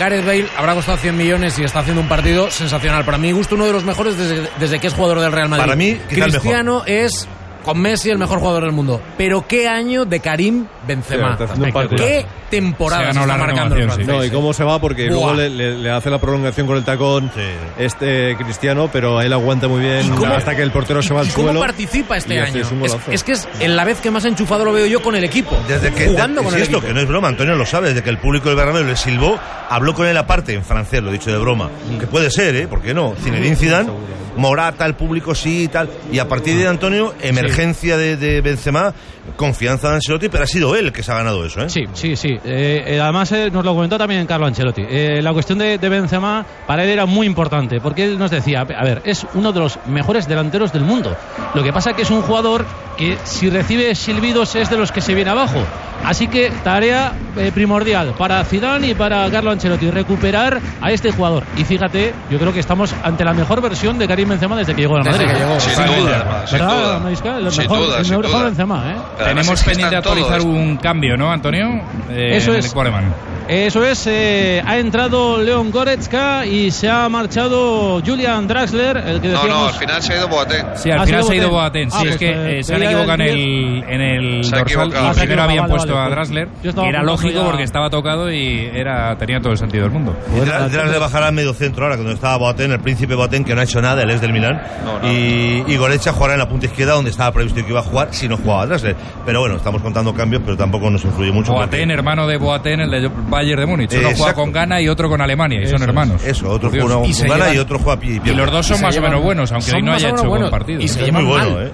[SPEAKER 8] Gareth Bale habrá costado 100 millones y está haciendo un partido sensacional. Para mi gusto, uno de los mejores desde, desde que es jugador del Real Madrid.
[SPEAKER 7] Para mí, quizá el
[SPEAKER 8] Cristiano es con Messi el mejor jugador del mundo. Pero qué año de Karim Benzema.
[SPEAKER 9] Sí, está haciendo un partidazo.
[SPEAKER 8] qué temporada
[SPEAKER 2] Se
[SPEAKER 8] se
[SPEAKER 2] ganó la
[SPEAKER 8] está marcando el
[SPEAKER 2] renovación, sí.
[SPEAKER 8] francés.
[SPEAKER 9] No, y cómo se va, porque
[SPEAKER 8] Buah.
[SPEAKER 9] luego le, le- le hace la prolongación con el tacón
[SPEAKER 7] Sí.
[SPEAKER 9] este Cristiano, pero él aguanta muy bien
[SPEAKER 8] ¿Y cómo-
[SPEAKER 9] hasta que el portero se va
[SPEAKER 8] ¿Y
[SPEAKER 9] al
[SPEAKER 8] cómo
[SPEAKER 9] suelo.
[SPEAKER 8] participa
[SPEAKER 9] y
[SPEAKER 8] este
[SPEAKER 9] hace-
[SPEAKER 8] año?
[SPEAKER 9] es un
[SPEAKER 8] Es,
[SPEAKER 9] golazo.
[SPEAKER 8] es que es en la vez que más enchufado lo veo yo con el equipo.
[SPEAKER 7] Desde que,
[SPEAKER 8] jugando
[SPEAKER 7] de-
[SPEAKER 8] con el
[SPEAKER 7] insisto,
[SPEAKER 8] equipo.
[SPEAKER 7] que no es broma, Antonio lo sabe, desde que el público del Bernabéu le silbó, habló con él aparte, en francés, lo he dicho de broma, que puede ser, ¿eh? ¿Por qué no? Zinedine Zidane, Morata, el público sí y tal, y a partir de Antonio, emergencia de, de Benzema, confianza de Ancelotti, pero ha sido él que se ha ganado eso, ¿eh?
[SPEAKER 5] Sí, sí, sí. Eh, eh, además eh, nos lo comentó también Carlo Ancelotti. Eh, la cuestión de, de Benzema para él era muy importante porque él nos decía, a ver, es uno de los mejores delanteros del mundo. Lo que pasa que es un jugador que si recibe silbidos es de los que se viene abajo. Así que tarea eh, primordial para Zidane y para Carlo Ancelotti recuperar a este jugador. Y fíjate, yo creo que estamos ante la mejor versión de Karim Benzema desde que llegó al
[SPEAKER 8] Desde
[SPEAKER 5] Madrid.
[SPEAKER 8] que llegó.
[SPEAKER 6] Sin
[SPEAKER 8] Totalmente.
[SPEAKER 6] duda, además, sin
[SPEAKER 5] ¿Verdad,
[SPEAKER 6] duda.
[SPEAKER 5] Mariscal? El
[SPEAKER 6] Sin
[SPEAKER 5] mejor-
[SPEAKER 6] duda,
[SPEAKER 5] el
[SPEAKER 6] sin
[SPEAKER 5] mejor
[SPEAKER 6] duda.
[SPEAKER 5] Benzema, ¿eh?
[SPEAKER 6] Pero además
[SPEAKER 2] Tenemos
[SPEAKER 6] es que
[SPEAKER 2] pendiente
[SPEAKER 6] están todos,
[SPEAKER 2] actualizar un cambio, ¿no, Antonio? Eh,
[SPEAKER 5] Eso
[SPEAKER 2] en
[SPEAKER 5] es.
[SPEAKER 2] El Quarterman.
[SPEAKER 5] Eso es, eh, ha entrado León Goretzka y se ha marchado Julian Draxler, el que
[SPEAKER 6] No,
[SPEAKER 5] decíamos...
[SPEAKER 6] no, al final se ha ido Boateng.
[SPEAKER 2] Sí, al final se ha ido Boateng. Sí,
[SPEAKER 5] Ah,
[SPEAKER 2] es
[SPEAKER 5] pues,
[SPEAKER 2] que
[SPEAKER 5] eh,
[SPEAKER 2] eh, se han
[SPEAKER 5] veía
[SPEAKER 2] equivocado en
[SPEAKER 5] el
[SPEAKER 2] el, en el
[SPEAKER 6] Se ha
[SPEAKER 2] dorsal.
[SPEAKER 6] equivocado.
[SPEAKER 2] Y
[SPEAKER 6] Se ha
[SPEAKER 2] Primero
[SPEAKER 6] equivocado,
[SPEAKER 2] habían
[SPEAKER 6] vale,
[SPEAKER 2] puesto
[SPEAKER 6] vale,
[SPEAKER 2] a
[SPEAKER 6] pues,
[SPEAKER 2] Drasler.
[SPEAKER 6] yo estaba
[SPEAKER 2] Era
[SPEAKER 6] apuntando
[SPEAKER 2] lógico
[SPEAKER 6] ya-
[SPEAKER 2] porque estaba tocado y era tenía todo el sentido del mundo.
[SPEAKER 7] Y Detrás detrás de bajar al medio centro ahora, cuando estaba Boateng, el príncipe Boateng, que no ha hecho nada, él es del Milán. Y, y Goretzka jugará en la punta izquierda, donde estaba previsto que iba a jugar, si no jugaba atrás. ¿eh? Pero bueno, estamos contando cambios, pero tampoco nos influye mucho. porque-
[SPEAKER 2] Boateng, hermano de Boateng, el de Bayern de Múnich. Uno juega
[SPEAKER 7] Exacto.
[SPEAKER 2] con Ghana y otro con Alemania, y
[SPEAKER 7] Eso
[SPEAKER 2] son
[SPEAKER 7] es,
[SPEAKER 2] hermanos.
[SPEAKER 7] Eso, otro
[SPEAKER 2] Por Dios.
[SPEAKER 7] juega
[SPEAKER 2] Y
[SPEAKER 7] con
[SPEAKER 2] se
[SPEAKER 7] Ghana
[SPEAKER 2] llevan-
[SPEAKER 7] y otro juega pie y
[SPEAKER 2] Y
[SPEAKER 7] pierna.
[SPEAKER 2] los dos son
[SPEAKER 8] se
[SPEAKER 2] más o
[SPEAKER 8] llevan-
[SPEAKER 2] menos buenos, aunque
[SPEAKER 8] son
[SPEAKER 2] hoy no
[SPEAKER 8] más
[SPEAKER 2] haya
[SPEAKER 8] o menos
[SPEAKER 2] hecho buen
[SPEAKER 8] buenos.
[SPEAKER 2] partido.
[SPEAKER 8] Y se
[SPEAKER 2] Es
[SPEAKER 8] llevan
[SPEAKER 2] muy bueno,
[SPEAKER 8] mal.
[SPEAKER 2] ¿eh?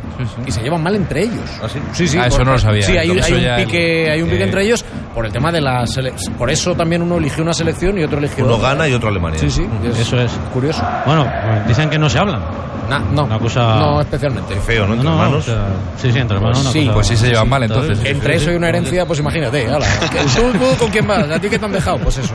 [SPEAKER 8] Y se llevan mal entre ellos. Sí, sí.
[SPEAKER 2] Ah, eso no lo sabía.
[SPEAKER 8] Sí, hay,
[SPEAKER 2] Entonces,
[SPEAKER 8] hay
[SPEAKER 2] eso ya
[SPEAKER 8] un pique,
[SPEAKER 2] el-
[SPEAKER 8] hay un pique
[SPEAKER 2] eh,
[SPEAKER 8] entre ellos por el tema de la sele- Por eso también uno eligió una selección y otro eligió
[SPEAKER 7] Uno
[SPEAKER 8] otra.
[SPEAKER 7] gana y otro Alemania.
[SPEAKER 8] Sí, sí.
[SPEAKER 5] Eso es.
[SPEAKER 8] Curioso.
[SPEAKER 5] Bueno, dicen que no se hablan.
[SPEAKER 8] Na- no.
[SPEAKER 5] Una cosa-
[SPEAKER 8] No especialmente.
[SPEAKER 7] feo, ¿no? Entre
[SPEAKER 5] o
[SPEAKER 7] hermanos.
[SPEAKER 5] sea, sí, sí, entre hermanos.
[SPEAKER 8] Pues
[SPEAKER 5] una
[SPEAKER 8] sí.
[SPEAKER 5] cosa-
[SPEAKER 2] Pues sí se llevan mal,
[SPEAKER 5] Entonces,
[SPEAKER 2] entonces.
[SPEAKER 8] Entre eso y una herencia, pues imagínate. ala. ¿Tú, tú con quién vas? ¿A ti qué te han dejado? Pues eso.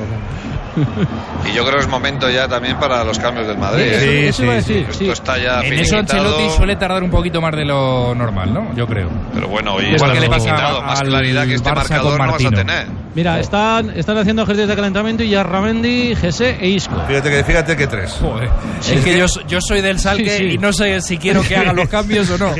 [SPEAKER 6] Y yo creo que es momento ya también para los cambios del Madrid.
[SPEAKER 2] Sí,
[SPEAKER 6] ¿eh?
[SPEAKER 2] eso- eso iba a decir,
[SPEAKER 6] Esto
[SPEAKER 2] sí.
[SPEAKER 6] está ya
[SPEAKER 2] En eso
[SPEAKER 6] finiquitado.
[SPEAKER 2] Ancelotti suele tardar un poquito más de lo normal, ¿no? Yo creo.
[SPEAKER 6] Pero bueno, hoy
[SPEAKER 2] Igual
[SPEAKER 6] está
[SPEAKER 2] que le pasa
[SPEAKER 6] finiquitado, más
[SPEAKER 2] al
[SPEAKER 6] claridad que este
[SPEAKER 2] Barça
[SPEAKER 6] marcador
[SPEAKER 2] con
[SPEAKER 6] no vas a
[SPEAKER 2] Martino.
[SPEAKER 6] tener.
[SPEAKER 5] Mira, están, están haciendo ejercicios de calentamiento y Ramendi, Gese e Isco.
[SPEAKER 7] Fíjate que, fíjate que tres.
[SPEAKER 2] Es que yo, so- yo soy del Salque
[SPEAKER 5] Sí, sí.
[SPEAKER 2] y no sé si quiero que hagan los cambios o no.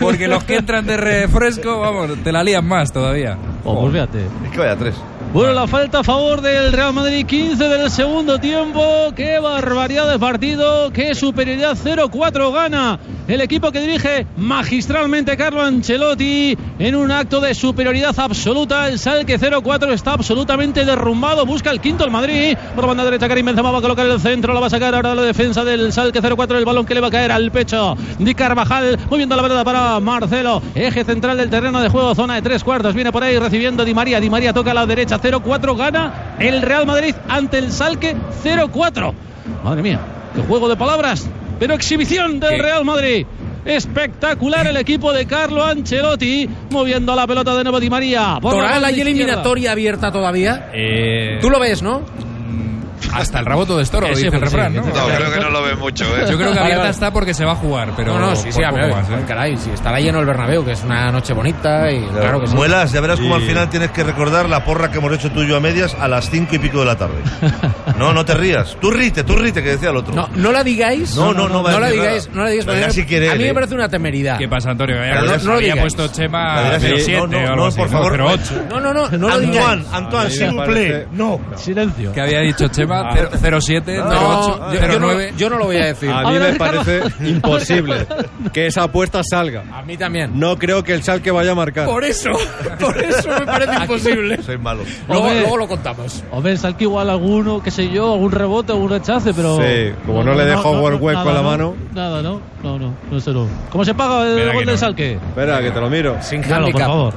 [SPEAKER 2] Porque los que entran de refresco, vamos, te la lían más todavía.
[SPEAKER 5] Oh, pues fíjate.
[SPEAKER 7] Es que vaya tres.
[SPEAKER 5] Bueno, la falta a favor del Real Madrid, 15 del segundo tiempo. Qué barbaridad de partido, qué superioridad 0-4 gana el equipo que dirige magistralmente Carlo Ancelotti en un acto de superioridad absoluta. El Salque 0-4 está absolutamente derrumbado, busca el quinto el Madrid. Por banda derecha, Karim Benzema va a colocar el centro, lo va a sacar ahora la defensa del Salque 0-4, el balón que le va a caer al pecho de Carvajal, moviendo la verdad para Marcelo, eje central del terreno de juego, zona de tres cuartos, viene por ahí recibiendo Di María, Di María toca a la derecha, 0-4 gana el Real Madrid ante el Salque 0-4. Madre mía, qué juego de palabras, pero exhibición del Real Madrid. Espectacular el equipo de Carlo Ancelotti moviendo la pelota de nuevo Di María. por la
[SPEAKER 8] Toral,
[SPEAKER 5] banda
[SPEAKER 8] hay
[SPEAKER 5] izquierda.
[SPEAKER 8] eliminatoria abierta todavía.
[SPEAKER 2] Eh,
[SPEAKER 8] Tú lo ves, ¿no?
[SPEAKER 2] hasta el rabo todo es toro,
[SPEAKER 5] Ese
[SPEAKER 2] dice el
[SPEAKER 5] fue, sí,
[SPEAKER 2] refrán, ¿no?
[SPEAKER 5] ese
[SPEAKER 6] No, creo que no lo ve mucho, ¿eh?
[SPEAKER 2] Pues Yo creo que
[SPEAKER 8] Vale,
[SPEAKER 2] abierta
[SPEAKER 8] vale.
[SPEAKER 2] está porque se va a jugar, pero.
[SPEAKER 8] no, no, sí, sí,
[SPEAKER 2] por
[SPEAKER 8] a
[SPEAKER 2] poco
[SPEAKER 8] ver,
[SPEAKER 2] más, ¿eh?
[SPEAKER 8] caray, si estará lleno el Bernabéu, que es una noche bonita y claro que sí.
[SPEAKER 7] Muelas, ya verás cómo
[SPEAKER 9] Y-
[SPEAKER 7] al final tienes que recordar la porra que hemos hecho tú y yo a medias a las cinco y pico de la tarde. No, no te rías. Tú ríete, tú ríete, que decía el otro.
[SPEAKER 8] No, no la digáis.
[SPEAKER 7] No, no, no va a
[SPEAKER 8] la
[SPEAKER 7] decir
[SPEAKER 8] digáis,
[SPEAKER 7] nada.
[SPEAKER 8] no la digáis.
[SPEAKER 7] La
[SPEAKER 8] porque
[SPEAKER 7] dirá si quiere
[SPEAKER 8] a
[SPEAKER 7] él,
[SPEAKER 8] mí me
[SPEAKER 7] eh.
[SPEAKER 8] parece una temeridad.
[SPEAKER 2] ¿Qué pasa, Antonio? Había,
[SPEAKER 7] Pero no-
[SPEAKER 2] puesto-
[SPEAKER 7] no lo
[SPEAKER 2] había
[SPEAKER 8] digáis.
[SPEAKER 2] puesto Chema
[SPEAKER 7] Pero no, no,
[SPEAKER 2] 07 Ah, o
[SPEAKER 7] no,
[SPEAKER 2] algo así,
[SPEAKER 7] por
[SPEAKER 2] ¿no?
[SPEAKER 7] favor,
[SPEAKER 2] 08.
[SPEAKER 8] No, no, no, no lo digáis.
[SPEAKER 7] Antoine, Antoine,
[SPEAKER 9] A mí
[SPEAKER 7] s'il
[SPEAKER 9] me
[SPEAKER 7] vous plaît.
[SPEAKER 9] parece-
[SPEAKER 7] No.
[SPEAKER 5] Silencio.
[SPEAKER 2] Que había dicho Chema cero- 07,
[SPEAKER 8] Ah. No,
[SPEAKER 2] 08,
[SPEAKER 8] yo, yo no,
[SPEAKER 2] 09.
[SPEAKER 8] yo no lo voy a
[SPEAKER 2] Ah.
[SPEAKER 8] decir.
[SPEAKER 9] A
[SPEAKER 8] A,
[SPEAKER 9] mí
[SPEAKER 5] Ahora,
[SPEAKER 9] me
[SPEAKER 5] Ricardo.
[SPEAKER 9] parece imposible que esa apuesta salga.
[SPEAKER 8] mí también.
[SPEAKER 9] No creo que el Schalke vaya a marcar.
[SPEAKER 8] Por eso, por eso me parece imposible.
[SPEAKER 7] Soy malo.
[SPEAKER 8] Luego,
[SPEAKER 5] Hombre.
[SPEAKER 8] luego lo contamos.
[SPEAKER 5] O ves al que igual alguno, qué sé yo, algún rebote, algún rechace, pero.
[SPEAKER 9] Sí, como no le dejó Worldwide
[SPEAKER 5] nada,
[SPEAKER 9] con la
[SPEAKER 5] no,
[SPEAKER 9] mano.
[SPEAKER 5] Nada, ¿no? No, no, no, eso no. ¿Cómo se paga el
[SPEAKER 2] Espera que
[SPEAKER 5] gol del
[SPEAKER 2] no.
[SPEAKER 5] Salque?
[SPEAKER 9] Espera, que te lo miro.
[SPEAKER 8] Sin
[SPEAKER 5] Claro, por
[SPEAKER 8] handicap.
[SPEAKER 5] favor.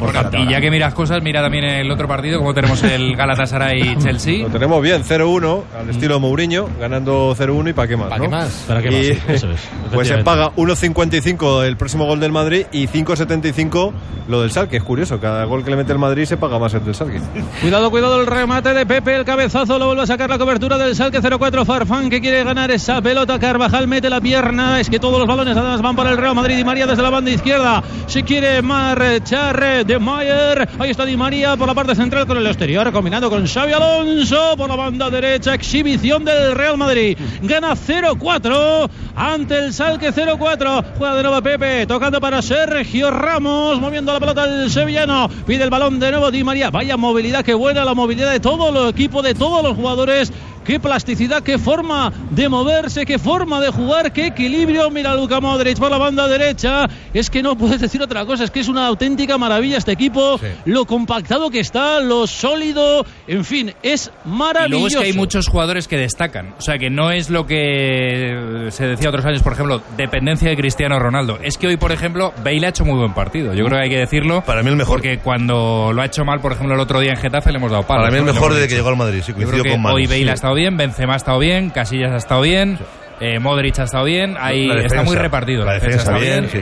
[SPEAKER 2] Bueno, y ya que miras cosas, mira también el otro partido, como tenemos el Galatasaray Chelsea.
[SPEAKER 9] Lo tenemos bien, 0-1, al estilo Mourinho, ganando 0-1 y para qué más.
[SPEAKER 8] ¿Para qué
[SPEAKER 9] ¿no?
[SPEAKER 8] más?
[SPEAKER 5] ¿Para qué más?
[SPEAKER 9] Y-
[SPEAKER 5] Eso es,
[SPEAKER 9] pues se
[SPEAKER 5] efectivamente.
[SPEAKER 9] paga 1.55 el próximo gol del Madrid y 5.75 lo del Salque. Es curioso, cada gol que le mete el Madrid se paga más el del Salque.
[SPEAKER 5] Cuidado, cuidado el remate de Pepe, el cabezazo, lo vuelve a sacar la cobertura del Salque 04 Farfán que quiere ganar esa pelota, Carvajal mete la pierna, es que todos los balones además van para el Real Madrid, Di María desde la banda izquierda, si quiere marchar eh, de Mayer, ahí está Di María por la parte central con el exterior, combinando con Xavi Alonso por la banda derecha, exhibición del Real Madrid, gana 0-4 ante el Salque 0-4, juega de nuevo Pepe, tocando para Sergio Ramos, moviendo la pelota el sevillano, pide el balón de nuevo Di María, vaya movilidad, qué buena la movilidad de todo el equipo, de todos los jugadores. Qué plasticidad, qué forma de moverse, qué forma de jugar, qué equilibrio. Mira Luca Modric por la banda derecha. Es que no puedes decir otra cosa, es que es una auténtica maravilla este equipo. Lo compactado que está, lo sólido, en fin, es
[SPEAKER 2] Y luego es
[SPEAKER 5] maravilloso.
[SPEAKER 2] que hay muchos jugadores que destacan. O sea, que no es lo que eh, se decía otros años, por ejemplo, dependencia de Cristiano Ronaldo. Es que hoy, por ejemplo, Bale ha hecho muy buen partido. Yo creo que hay que decirlo.
[SPEAKER 7] Para mí el mejor.
[SPEAKER 2] Porque cuando lo ha hecho mal, por ejemplo, el otro día en Getafe le hemos dado palos.
[SPEAKER 7] Para mí el
[SPEAKER 2] ¿no?
[SPEAKER 7] mejor
[SPEAKER 2] Yo
[SPEAKER 7] desde
[SPEAKER 2] creo
[SPEAKER 7] que llegó al Madrid, sí,
[SPEAKER 2] yo
[SPEAKER 7] coincido
[SPEAKER 2] creo que
[SPEAKER 7] con Manu.
[SPEAKER 2] hoy Bale
[SPEAKER 7] Sí.
[SPEAKER 2] ha estado bien, Benzema ha estado bien, Casillas ha estado bien, eh, Modric ha estado bien. Ahí
[SPEAKER 7] La
[SPEAKER 2] está
[SPEAKER 7] defensa.
[SPEAKER 2] muy repartido.
[SPEAKER 7] La defensa
[SPEAKER 2] está
[SPEAKER 7] bien, sí.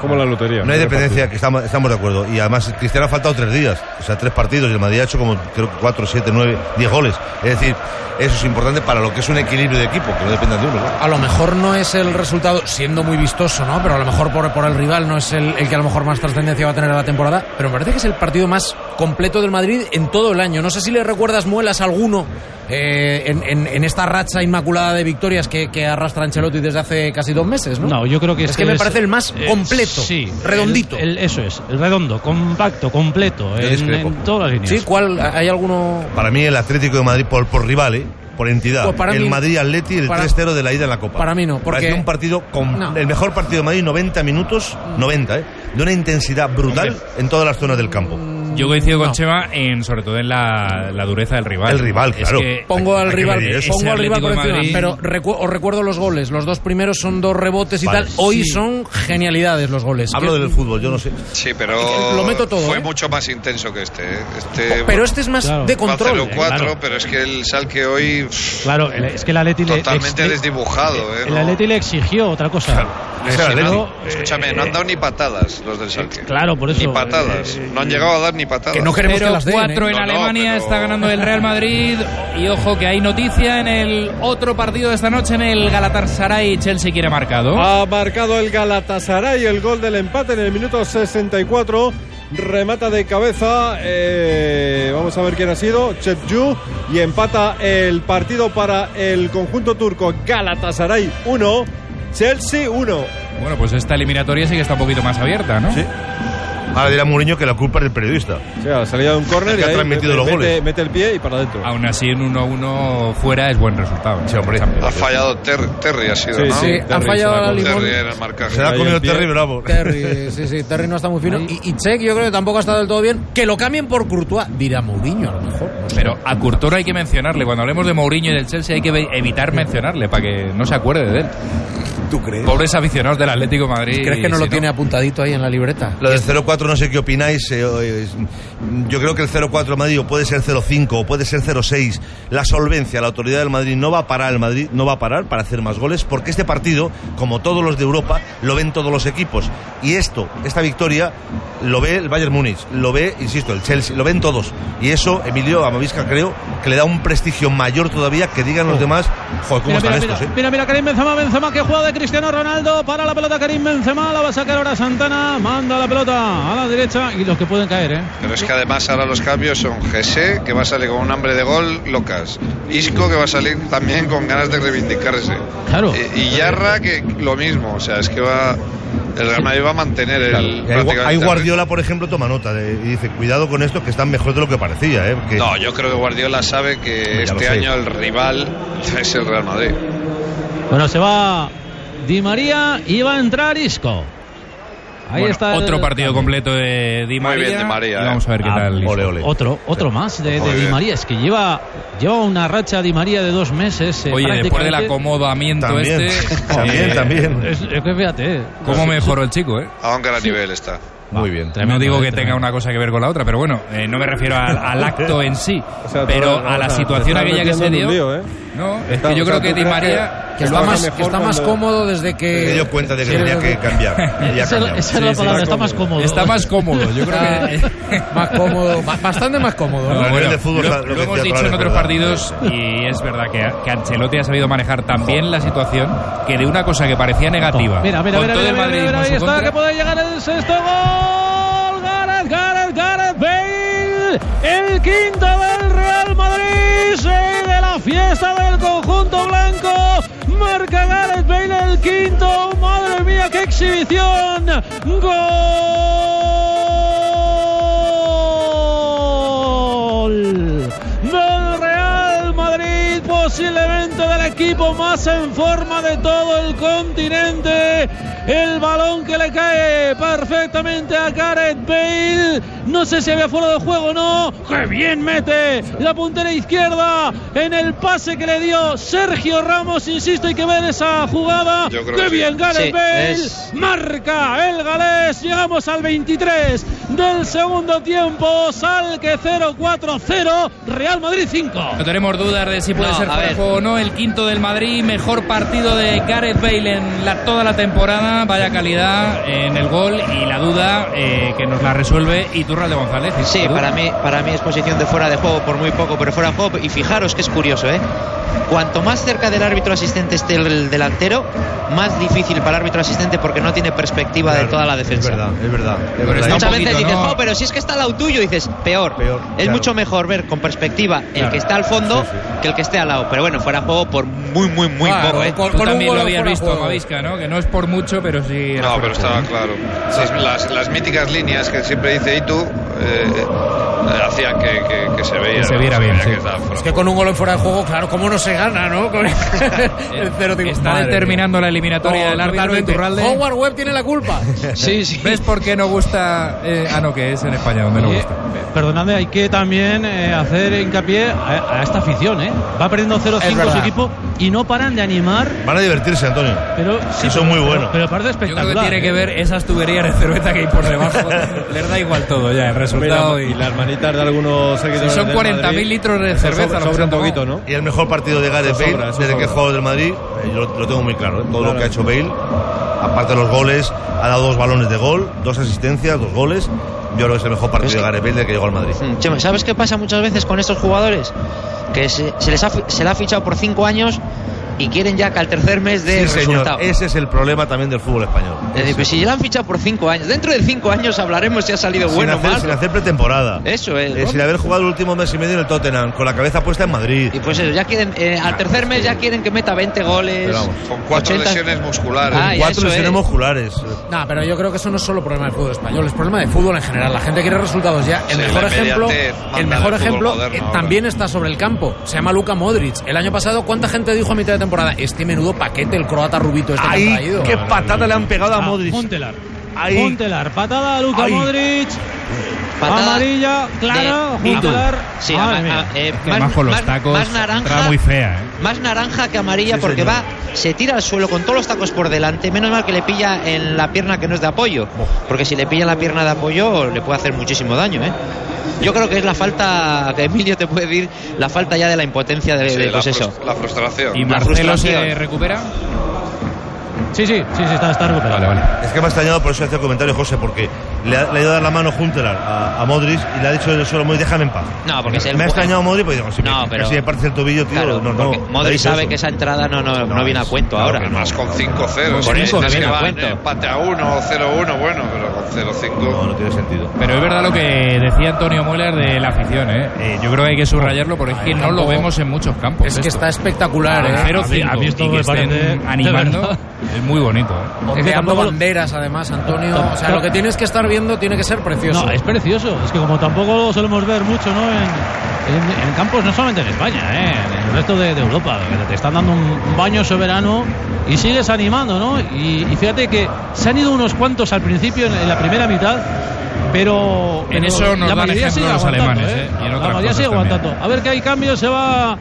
[SPEAKER 9] Como la lotería.
[SPEAKER 7] No hay dependencia, que estamos, estamos de acuerdo. Y además, Cristiano ha faltado tres días, o sea, tres partidos, y el Madrid ha hecho como, creo que cuatro, siete, nueve, diez goles. Es decir, eso es importante para lo que es un equilibrio de equipo, que no depende de uno. ¿no?
[SPEAKER 8] A lo mejor no es el resultado, siendo muy vistoso, ¿no? Pero a lo mejor por, por el rival no es el, el que a lo mejor más trascendencia va a tener a la temporada. Pero me parece que es el partido más completo del Madrid en todo el año. No sé si le recuerdas muelas a alguno eh, en, en- en esta racha inmaculada de victorias que, que arrastra Ancelotti desde hace casi dos meses, ¿no?
[SPEAKER 11] No, yo creo que
[SPEAKER 8] es
[SPEAKER 11] este
[SPEAKER 8] que me parece el más
[SPEAKER 11] eh,
[SPEAKER 8] completo,
[SPEAKER 11] sí,
[SPEAKER 8] redondito.
[SPEAKER 11] el- el- eso es, el redondo, compacto, completo,
[SPEAKER 7] Yo
[SPEAKER 11] en,
[SPEAKER 7] discrepo.
[SPEAKER 11] en todas las líneas.
[SPEAKER 8] Sí, ¿cuál? ¿Hay alguno?
[SPEAKER 7] Para mí, el Atlético de Madrid, por, por rival, ¿eh? por entidad,
[SPEAKER 8] Pues para
[SPEAKER 7] el
[SPEAKER 8] mí-
[SPEAKER 7] Madrid-Atleti, el
[SPEAKER 8] para-
[SPEAKER 7] 3-0 de la ida en la Copa.
[SPEAKER 8] Para mí no,
[SPEAKER 7] Pareció
[SPEAKER 8] porque-
[SPEAKER 7] un partido, con,
[SPEAKER 8] No.
[SPEAKER 7] el mejor partido de Madrid, 90 minutos, 90, ¿eh? de una intensidad brutal en todas las zonas del campo.
[SPEAKER 2] Yo coincido con
[SPEAKER 7] No.
[SPEAKER 2] Chema en sobre todo en la, la dureza del rival.
[SPEAKER 7] El rival,
[SPEAKER 2] Es
[SPEAKER 7] claro.
[SPEAKER 2] que-
[SPEAKER 8] Pongo al
[SPEAKER 2] eh, hay que
[SPEAKER 8] rival,
[SPEAKER 2] medir eso.
[SPEAKER 8] pongo al
[SPEAKER 2] Ese
[SPEAKER 8] rival por
[SPEAKER 2] Atlético de
[SPEAKER 8] encima,
[SPEAKER 2] Madrid-
[SPEAKER 8] pero recu- os recuerdo los goles. Los dos primeros son dos rebotes y
[SPEAKER 7] Vale.
[SPEAKER 8] tal. Hoy
[SPEAKER 7] Sí.
[SPEAKER 8] son genialidades los goles.
[SPEAKER 7] Hablo
[SPEAKER 8] Que-
[SPEAKER 7] del fútbol, yo no sé.
[SPEAKER 6] Sí, pero
[SPEAKER 8] Lo meto todo,
[SPEAKER 6] fue
[SPEAKER 8] ¿eh?
[SPEAKER 6] mucho más intenso que este. ¿eh? este
[SPEAKER 8] Pero este es más Claro. de control.
[SPEAKER 6] 4 4
[SPEAKER 11] Claro.
[SPEAKER 6] pero es que el Salque hoy pff,
[SPEAKER 11] Claro, el- es que el Atleti le-
[SPEAKER 6] totalmente
[SPEAKER 11] le-
[SPEAKER 6] desdibujado. ¿eh?
[SPEAKER 11] El
[SPEAKER 6] No-
[SPEAKER 11] Atleti le exigió otra cosa.
[SPEAKER 6] Es
[SPEAKER 11] Si
[SPEAKER 6] el Atleti.
[SPEAKER 11] no,
[SPEAKER 6] Escúchame, no han dado ni patadas los del Salque.
[SPEAKER 11] Claro, por eso.
[SPEAKER 6] Ni patadas. no han llegado a dar ni patadas.
[SPEAKER 2] pero
[SPEAKER 6] ¿eh?
[SPEAKER 2] cuatro en Alemania está ganando el Real Madrid y ojo que hay noticia en el otro partido de esta noche en el Galatasaray Chelsea quiere marcado.
[SPEAKER 7] Ah.
[SPEAKER 9] Ha marcado el Galatasaray el gol del empate en el minuto 64. Remata de cabeza. eh, vamos a ver quién ha sido. Chepju. Y empata el partido para el conjunto turco. Galatasaray 1. Chelsea 1.
[SPEAKER 2] Bueno, pues esta eliminatoria sí que está un poquito más abierta, ¿no? Sí.
[SPEAKER 7] Ahora dirá Mourinho que la culpa es del periodista.
[SPEAKER 9] O sea, salida de un córner
[SPEAKER 7] Que
[SPEAKER 9] y
[SPEAKER 7] ha
[SPEAKER 9] ahí
[SPEAKER 7] transmitido
[SPEAKER 9] mete,
[SPEAKER 7] los
[SPEAKER 9] mete,
[SPEAKER 7] goles.
[SPEAKER 9] mete el pie y para adentro.
[SPEAKER 2] Aún así en 1-1 fuera es buen resultado. ¿eh? Champions.
[SPEAKER 6] Ha fallado Ter- Terry, ha sido,
[SPEAKER 2] Sí,
[SPEAKER 6] ¿no?
[SPEAKER 2] sí, ha Terry fallado se la ha comido.
[SPEAKER 6] Terry
[SPEAKER 2] Limón.
[SPEAKER 6] en el marcaje.
[SPEAKER 7] Se la ha comido Terry Bravo.
[SPEAKER 8] Terry, sí, sí, Terry no está muy fino. Y, y Check yo creo que tampoco ha estado del todo bien. Que lo cambien por Courtois, dirá Mourinho a lo mejor.
[SPEAKER 2] Pero a Courtois hay que mencionarle. Cuando hablemos de Mourinho y del Chelsea hay que ve- evitar mencionarle para que no se acuerde de él.
[SPEAKER 7] ¿Tú crees?
[SPEAKER 2] Pobres aficionados del Atlético de Madrid.
[SPEAKER 8] ¿Crees que no
[SPEAKER 2] si
[SPEAKER 8] lo tiene apuntadito ahí en la libreta?
[SPEAKER 7] Lo del 0-4 no sé qué opináis. eh, eh, es- yo creo que el 0-4 Madrid o puede ser 0-5 o puede ser 0-6. La solvencia, la autoridad del Madrid no va a parar, el Madrid no va a parar para hacer más goles porque este partido, como todos los de Europa, lo ven todos los equipos. Y esto, esta victoria, lo ve el Bayern Múnich, lo ve, insisto, el Chelsea, lo ven todos. Y eso, Emilio Amavisca, creo que le da un prestigio mayor todavía que digan los demás, joder, ¿cómo
[SPEAKER 5] Oh. Mira,
[SPEAKER 7] están
[SPEAKER 5] mira,
[SPEAKER 7] estos?
[SPEAKER 5] mira,
[SPEAKER 7] eh?".
[SPEAKER 5] mira, mira, Karim Benzema, Benzema que juega de Cristiano Ronaldo para la pelota Karim Benzema, la va a sacar ahora Santana, manda la pelota a la derecha y los que pueden caer, ¿eh?
[SPEAKER 6] Pero es que además ahora los cambios son Gese, que va a salir con un hambre de gol, locas. Isco, que va a salir también con ganas de reivindicarse.
[SPEAKER 11] Claro.
[SPEAKER 6] Eh, Y Yarra, que lo mismo. O sea, es que va. El Real Madrid va a mantener el.
[SPEAKER 7] Y Hay, Gua-
[SPEAKER 6] prácticamente-
[SPEAKER 7] hay Guardiola, por ejemplo, toma nota de- y dice, cuidado con esto, que están mejor de lo que parecía. ¿eh? Porque-
[SPEAKER 6] No, yo creo que Guardiola sabe que
[SPEAKER 7] lo
[SPEAKER 6] este
[SPEAKER 7] sé.
[SPEAKER 6] año el rival es el Real Madrid.
[SPEAKER 5] Bueno, se va Di María y va a entrar Isco. Ahí
[SPEAKER 2] Bueno,
[SPEAKER 5] está el-
[SPEAKER 2] Otro partido completo de Di María.
[SPEAKER 5] bien, Di María,
[SPEAKER 2] Y Vamos a ver qué
[SPEAKER 5] Ah,
[SPEAKER 2] tal.
[SPEAKER 5] ole, ole. Otro, otro más de, de
[SPEAKER 2] Muy
[SPEAKER 5] Di
[SPEAKER 2] bien.
[SPEAKER 5] María. Es que lleva, lleva una racha Di María de dos meses. eh,
[SPEAKER 2] Oye, después del
[SPEAKER 5] prácticamente.
[SPEAKER 2] acomodamiento
[SPEAKER 5] También,
[SPEAKER 2] este.
[SPEAKER 5] también,
[SPEAKER 2] eh,
[SPEAKER 5] también. Es, es que fíjate. eh.
[SPEAKER 2] ¿Cómo mejoró el chico, eh?
[SPEAKER 6] A un gran nivel está.
[SPEAKER 7] Muy bien.
[SPEAKER 2] no
[SPEAKER 8] eh,
[SPEAKER 2] digo que tenga una cosa que ver con la otra, pero bueno, eh, no me refiero al, al acto en sí, pero a la situación aquella que se dio.
[SPEAKER 8] ¿eh?
[SPEAKER 2] No, es que yo creo que Di María
[SPEAKER 8] que está más, que está más cómodo desde que.
[SPEAKER 7] Me dio cuenta de que
[SPEAKER 8] Sí,
[SPEAKER 7] tenía
[SPEAKER 8] desde-
[SPEAKER 7] que cambiar.
[SPEAKER 8] Esa es la- esa es la palabra, está más cómodo.
[SPEAKER 2] Está más cómodo, yo creo que
[SPEAKER 8] más cómodo, ba- bastante más cómodo. ¿no?
[SPEAKER 2] No, bueno, lo,
[SPEAKER 7] está- lo
[SPEAKER 2] lo
[SPEAKER 7] que
[SPEAKER 2] hemos
[SPEAKER 7] decía
[SPEAKER 2] dicho
[SPEAKER 7] Torales,
[SPEAKER 2] en otros
[SPEAKER 7] ¿verdad?
[SPEAKER 2] partidos y es verdad que, que Ancelotti ha sabido manejar tan bien la situación que de una cosa que parecía negativa
[SPEAKER 5] Mira, mira,
[SPEAKER 2] con
[SPEAKER 5] mira,
[SPEAKER 2] todo
[SPEAKER 5] mira,
[SPEAKER 2] el
[SPEAKER 5] mira,
[SPEAKER 2] Madrid
[SPEAKER 5] mira, ahí está, que puede llegar el sexto gol. Gareth, Gareth, Gareth Bale. El quinto del Real Madrid. Sigue la fiesta del conjunto blanco. Marca Gareth Bale el quinto. Madre mía, qué exhibición. Gol del Real Madrid, posiblemente del equipo más en forma de todo el continente. El balón que le cae perfectamente a Gareth Bale. No sé si había fuera de juego o no. ¡Qué bien mete! La puntera izquierda en el pase que le dio Sergio Ramos. Insisto, hay que ver esa jugada.
[SPEAKER 6] Yo creo
[SPEAKER 5] ¡Qué
[SPEAKER 6] que sí.
[SPEAKER 5] bien, Gareth
[SPEAKER 6] Sí,
[SPEAKER 5] Bale!
[SPEAKER 6] es-
[SPEAKER 5] Marca el galés. Llegamos al 23
[SPEAKER 12] del segundo tiempo. Salque 0-4-0, Real Madrid 5.
[SPEAKER 2] No tenemos dudas de si puede
[SPEAKER 12] No,
[SPEAKER 2] ser
[SPEAKER 12] a ver.
[SPEAKER 2] Juanjo o no. El quinto del Madrid, mejor partido de Gareth Bale en la- toda la temporada. Vaya calidad en el gol y la duda eh, que nos la resuelve Iturralde González.
[SPEAKER 10] Sí, para mí, para mí es posición de fuera de juego por muy poco, pero fuera de juego. Y fijaros que es curioso, ¿eh? Cuanto más cerca del árbitro asistente esté el delantero, más difícil para el árbitro asistente porque no tiene perspectiva de toda la defensa. Es verdad,
[SPEAKER 7] es verdad.
[SPEAKER 10] Muchas veces dices, "Jo, pero si es que está al lado tuyo, dices, peor. es
[SPEAKER 7] claro.
[SPEAKER 10] mucho mejor ver con perspectiva el
[SPEAKER 7] Claro.
[SPEAKER 10] que está al fondo que el que esté al lado. Pero bueno, fuera de juego por muy, muy, muy
[SPEAKER 2] Claro,
[SPEAKER 10] poco, ¿eh?
[SPEAKER 2] con- Tú con un también gol lo habías fuera de visto, juego. Mavisca, ¿no? Que no es por mucho, pero sí. era
[SPEAKER 6] No,
[SPEAKER 2] fuera
[SPEAKER 6] pero
[SPEAKER 2] de
[SPEAKER 6] estaba
[SPEAKER 2] juego, ¿eh?
[SPEAKER 6] claro. Las, las- las míticas líneas que siempre dice Itu eh, hacían que, que- que se veía.
[SPEAKER 8] Que se
[SPEAKER 6] ¿no?
[SPEAKER 8] viera bien,
[SPEAKER 6] veía
[SPEAKER 8] sí.
[SPEAKER 6] que estaba fuera.
[SPEAKER 8] Es que con un gol en fuera de juego, claro, ¿cómo no se gana, no? Con el 0-5.
[SPEAKER 2] Está
[SPEAKER 8] Madre
[SPEAKER 2] determinando la eliminatoria
[SPEAKER 8] No,
[SPEAKER 2] del árbitro
[SPEAKER 8] totalmente.
[SPEAKER 2] Iturralde.
[SPEAKER 8] Howard Webb tiene la culpa.
[SPEAKER 2] Sí, sí. ¿Ves por qué no gusta? eh, ah, no, que es en España donde no
[SPEAKER 5] Oye,
[SPEAKER 2] gusta.
[SPEAKER 5] Perdonadme, hay que también eh, hacer hincapié a, a esta afición, ¿eh? Va perdiendo 0-5 su
[SPEAKER 7] verdad.
[SPEAKER 5] equipo y no paran de animar.
[SPEAKER 7] Van a divertirse, Antonio.
[SPEAKER 5] Pero sí,
[SPEAKER 7] Que son
[SPEAKER 5] pero-
[SPEAKER 7] muy buenos.
[SPEAKER 5] Pero, pero parece
[SPEAKER 2] Yo creo que
[SPEAKER 5] espectacular.
[SPEAKER 2] tiene que
[SPEAKER 5] ¿eh?
[SPEAKER 2] ver esas tuberías de cerveza que hay por debajo. Les da igual todo ya, el resultado.
[SPEAKER 9] Mira, y las manitas de algunos seguidores
[SPEAKER 2] Si son
[SPEAKER 9] del
[SPEAKER 2] 40.000
[SPEAKER 9] Madrid,
[SPEAKER 2] litros de
[SPEAKER 9] eso
[SPEAKER 2] cerveza
[SPEAKER 9] sobra-
[SPEAKER 2] lo que
[SPEAKER 9] sobra
[SPEAKER 2] se han
[SPEAKER 9] un
[SPEAKER 2] tomado.
[SPEAKER 9] poquito, ¿no?
[SPEAKER 7] Y el mejor partido de Gareth
[SPEAKER 9] Eso
[SPEAKER 7] Bale
[SPEAKER 9] sobra, eso
[SPEAKER 7] desde que
[SPEAKER 9] sobra.
[SPEAKER 7] he jugado del Madrid, eh, yo lo tengo muy claro. ¿eh? Todo lo que ha hecho Bale, aparte de los goles, ha dado dos balones de gol, dos asistencias, dos goles. Yo creo que es el mejor partido de Gareth Bale desde que llegó al Madrid.
[SPEAKER 10] Mm, Chema, ¿sabes qué pasa muchas veces con estos jugadores? Que se, se les ha, fi- se le ha fichado por cinco años y quieren ya que al tercer mes de
[SPEAKER 7] Sí, señor.
[SPEAKER 10] resultado.
[SPEAKER 7] Ese es el problema también del fútbol español.
[SPEAKER 10] Es decir, pues si ya lo han fichado por cinco años, dentro de cinco años hablaremos si ha salido
[SPEAKER 7] sin,
[SPEAKER 10] bueno o
[SPEAKER 7] hacer,
[SPEAKER 10] malo.
[SPEAKER 7] sin hacer pretemporada.
[SPEAKER 10] Eso es.
[SPEAKER 7] Eh,
[SPEAKER 10] ¿no?
[SPEAKER 7] sin haber jugado el último mes y medio en el Tottenham, con la cabeza puesta en Madrid.
[SPEAKER 10] Pues eso, ya quieren, eh, al tercer mes ya quieren que meta 20 goles.
[SPEAKER 7] Pero vamos,
[SPEAKER 6] Con cuatro
[SPEAKER 10] 80.
[SPEAKER 6] lesiones musculares.
[SPEAKER 10] Ah, ya
[SPEAKER 7] Cuatro
[SPEAKER 10] eso
[SPEAKER 7] lesiones
[SPEAKER 10] es.
[SPEAKER 7] musculares.
[SPEAKER 8] No, pero yo creo que eso no es solo problema del fútbol español, es problema del fútbol en general. La gente quiere resultados ya. El
[SPEAKER 7] Sí,
[SPEAKER 8] mejor
[SPEAKER 7] la
[SPEAKER 8] ejemplo,
[SPEAKER 7] inmediatez manda
[SPEAKER 8] el
[SPEAKER 7] del
[SPEAKER 8] mejor
[SPEAKER 7] fútbol
[SPEAKER 8] ejemplo
[SPEAKER 7] moderno
[SPEAKER 8] eh,
[SPEAKER 7] ahora.
[SPEAKER 8] también está sobre el campo. Se llama Luka Modric. El año pasado, ¿cuánta gente dijo a mitad de temporada? Este menudo paquete, el croata rubito este que han traído.
[SPEAKER 7] le han pegado
[SPEAKER 8] Ah,
[SPEAKER 5] a Modric. Montelar.
[SPEAKER 8] Ahí.
[SPEAKER 5] Montelar, patada a Luka
[SPEAKER 8] Ahí.
[SPEAKER 5] Modric.
[SPEAKER 10] Patada
[SPEAKER 5] amarilla, clara,
[SPEAKER 10] de-
[SPEAKER 5] Montelar.
[SPEAKER 10] Sí,
[SPEAKER 5] Madre
[SPEAKER 10] ama-
[SPEAKER 5] mía.
[SPEAKER 10] a- eh, más, más- más naranja,
[SPEAKER 2] fea, ¿eh?
[SPEAKER 10] más naranja que amarilla
[SPEAKER 5] Sí,
[SPEAKER 10] porque
[SPEAKER 5] señor.
[SPEAKER 10] va, se tira al suelo con todos los tacos por delante. Menos mal que le pilla en la pierna que no es de apoyo, porque si le pilla en la pierna de apoyo le puede hacer muchísimo daño. ¿eh? Yo creo que es la falta que Emilio te puede decir, la falta ya de la impotencia de,
[SPEAKER 6] Sí,
[SPEAKER 10] de,
[SPEAKER 6] la,
[SPEAKER 10] pues eso.
[SPEAKER 6] frus- la frustración.
[SPEAKER 10] Y Marcelo se
[SPEAKER 2] recupera?
[SPEAKER 5] Sí, sí, sí, sí, está, está recuperado.
[SPEAKER 7] Es que me ha extrañado por eso hace el comentario, José, porque le ha, le ha ido a dar la mano Juntelar a, a Modric y le ha dicho del suelo muy déjame en paz.
[SPEAKER 10] No, porque es el
[SPEAKER 7] Me ha
[SPEAKER 10] ju-
[SPEAKER 7] extrañado Modric, pues digo, si,
[SPEAKER 10] No,
[SPEAKER 7] me,
[SPEAKER 10] pero-
[SPEAKER 7] si me parece el tobillo, tío,
[SPEAKER 10] Claro,
[SPEAKER 7] no, no.
[SPEAKER 10] porque Modric sabe que esa entrada no, no, no, viene a cuento ahora.
[SPEAKER 6] Más con 5-0.
[SPEAKER 10] Por
[SPEAKER 6] sí,
[SPEAKER 10] eso no
[SPEAKER 6] es que ¿eh?
[SPEAKER 10] viene a
[SPEAKER 6] van
[SPEAKER 10] cuento.
[SPEAKER 6] Empate a 1, 0-1, bueno, pero con 0-5. No,
[SPEAKER 7] no tiene sentido.
[SPEAKER 2] Pero es verdad lo que decía Antonio Mueller de la afición, ¿eh? Eh, yo creo que hay que subrayarlo porque es que no lo
[SPEAKER 8] tampoco-
[SPEAKER 2] vemos en muchos campos.
[SPEAKER 8] Es que está espectacular, ¿eh?
[SPEAKER 2] Pero
[SPEAKER 8] A mí- a mí esto
[SPEAKER 2] y que
[SPEAKER 8] me
[SPEAKER 2] estén
[SPEAKER 8] parece- de
[SPEAKER 2] animando
[SPEAKER 8] verdad.
[SPEAKER 2] es muy bonito. ¿eh?
[SPEAKER 8] Es que tampoco banderas, además, Antonio. O sea, lo que tienes que estar viendo tiene que ser precioso.
[SPEAKER 5] No, es precioso. Es que como tampoco lo solemos ver mucho, ¿no? En, en- en campos, no solamente en España, ¿eh? en el resto de, de Europa. que Te están dando un, un baño soberano y sigues animando, ¿no? Y, y fíjate que se han ido unos cuantos al principio en, en la primera mitad. Pero,
[SPEAKER 2] En
[SPEAKER 5] pero
[SPEAKER 2] eso nos
[SPEAKER 5] la
[SPEAKER 2] dan
[SPEAKER 5] mayoría
[SPEAKER 2] ejemplo
[SPEAKER 5] sigue
[SPEAKER 2] los
[SPEAKER 5] aguantando,
[SPEAKER 2] alemanes,
[SPEAKER 5] ¿eh?
[SPEAKER 2] ¿eh? Y en
[SPEAKER 5] La
[SPEAKER 2] otras
[SPEAKER 5] mayoría
[SPEAKER 2] cosas
[SPEAKER 5] sigue
[SPEAKER 2] también.
[SPEAKER 5] aguantando. A ver que hay cambios, se va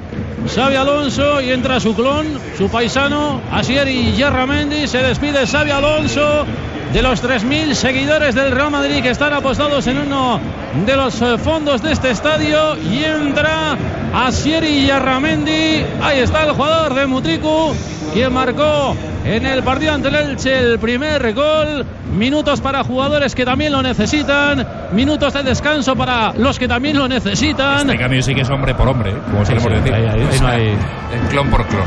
[SPEAKER 5] Xavi Alonso y entra su clon, su paisano, Asier y Yarramendi. Se despide Xavi Alonso de los 3.000 seguidores del Real Madrid que están apostados en uno de los eh, fondos de este estadio. Y entra Asier y Yarramendi. Ahí está el jugador de Mutriku, quien marcó en el partido ante el Elche el primer gol. Minutos para jugadores que también lo necesitan. Minutos de descanso para los que también lo necesitan.
[SPEAKER 2] En cambio, sí que es hombre por hombre, ¿eh? como
[SPEAKER 5] Sí,
[SPEAKER 2] solemos
[SPEAKER 5] sí,
[SPEAKER 2] decir.
[SPEAKER 5] ahí- ahí- ahí no hay-
[SPEAKER 2] El clon por clon.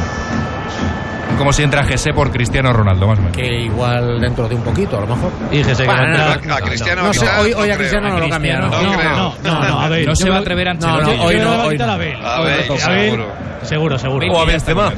[SPEAKER 2] Como si entra Jesse por Cristiano Ronaldo, más o menos.
[SPEAKER 8] Que igual dentro de un poquito, a lo mejor.
[SPEAKER 5] Y Jesse
[SPEAKER 2] que va a entrar. A Cristiano
[SPEAKER 8] no sé,
[SPEAKER 2] quizás,
[SPEAKER 8] hoy, hoy
[SPEAKER 2] no
[SPEAKER 8] a Cristiano
[SPEAKER 2] creo.
[SPEAKER 8] no lo
[SPEAKER 2] A
[SPEAKER 8] cambia. No,
[SPEAKER 2] Cristiano no creo.
[SPEAKER 8] no,
[SPEAKER 5] no, no, a ver.
[SPEAKER 2] No se
[SPEAKER 5] yo
[SPEAKER 2] va
[SPEAKER 5] creo-
[SPEAKER 2] a atrever a
[SPEAKER 5] No,
[SPEAKER 2] Ancelotti.
[SPEAKER 5] no, hoy
[SPEAKER 2] Yo creo
[SPEAKER 5] no.
[SPEAKER 2] que va a
[SPEAKER 5] Hoy
[SPEAKER 2] quitar
[SPEAKER 5] no.
[SPEAKER 2] a Bale.
[SPEAKER 5] A Bale,
[SPEAKER 2] Bale,
[SPEAKER 5] a Bale.
[SPEAKER 2] seguro.
[SPEAKER 5] Seguro, seguro.
[SPEAKER 2] O a Benzema.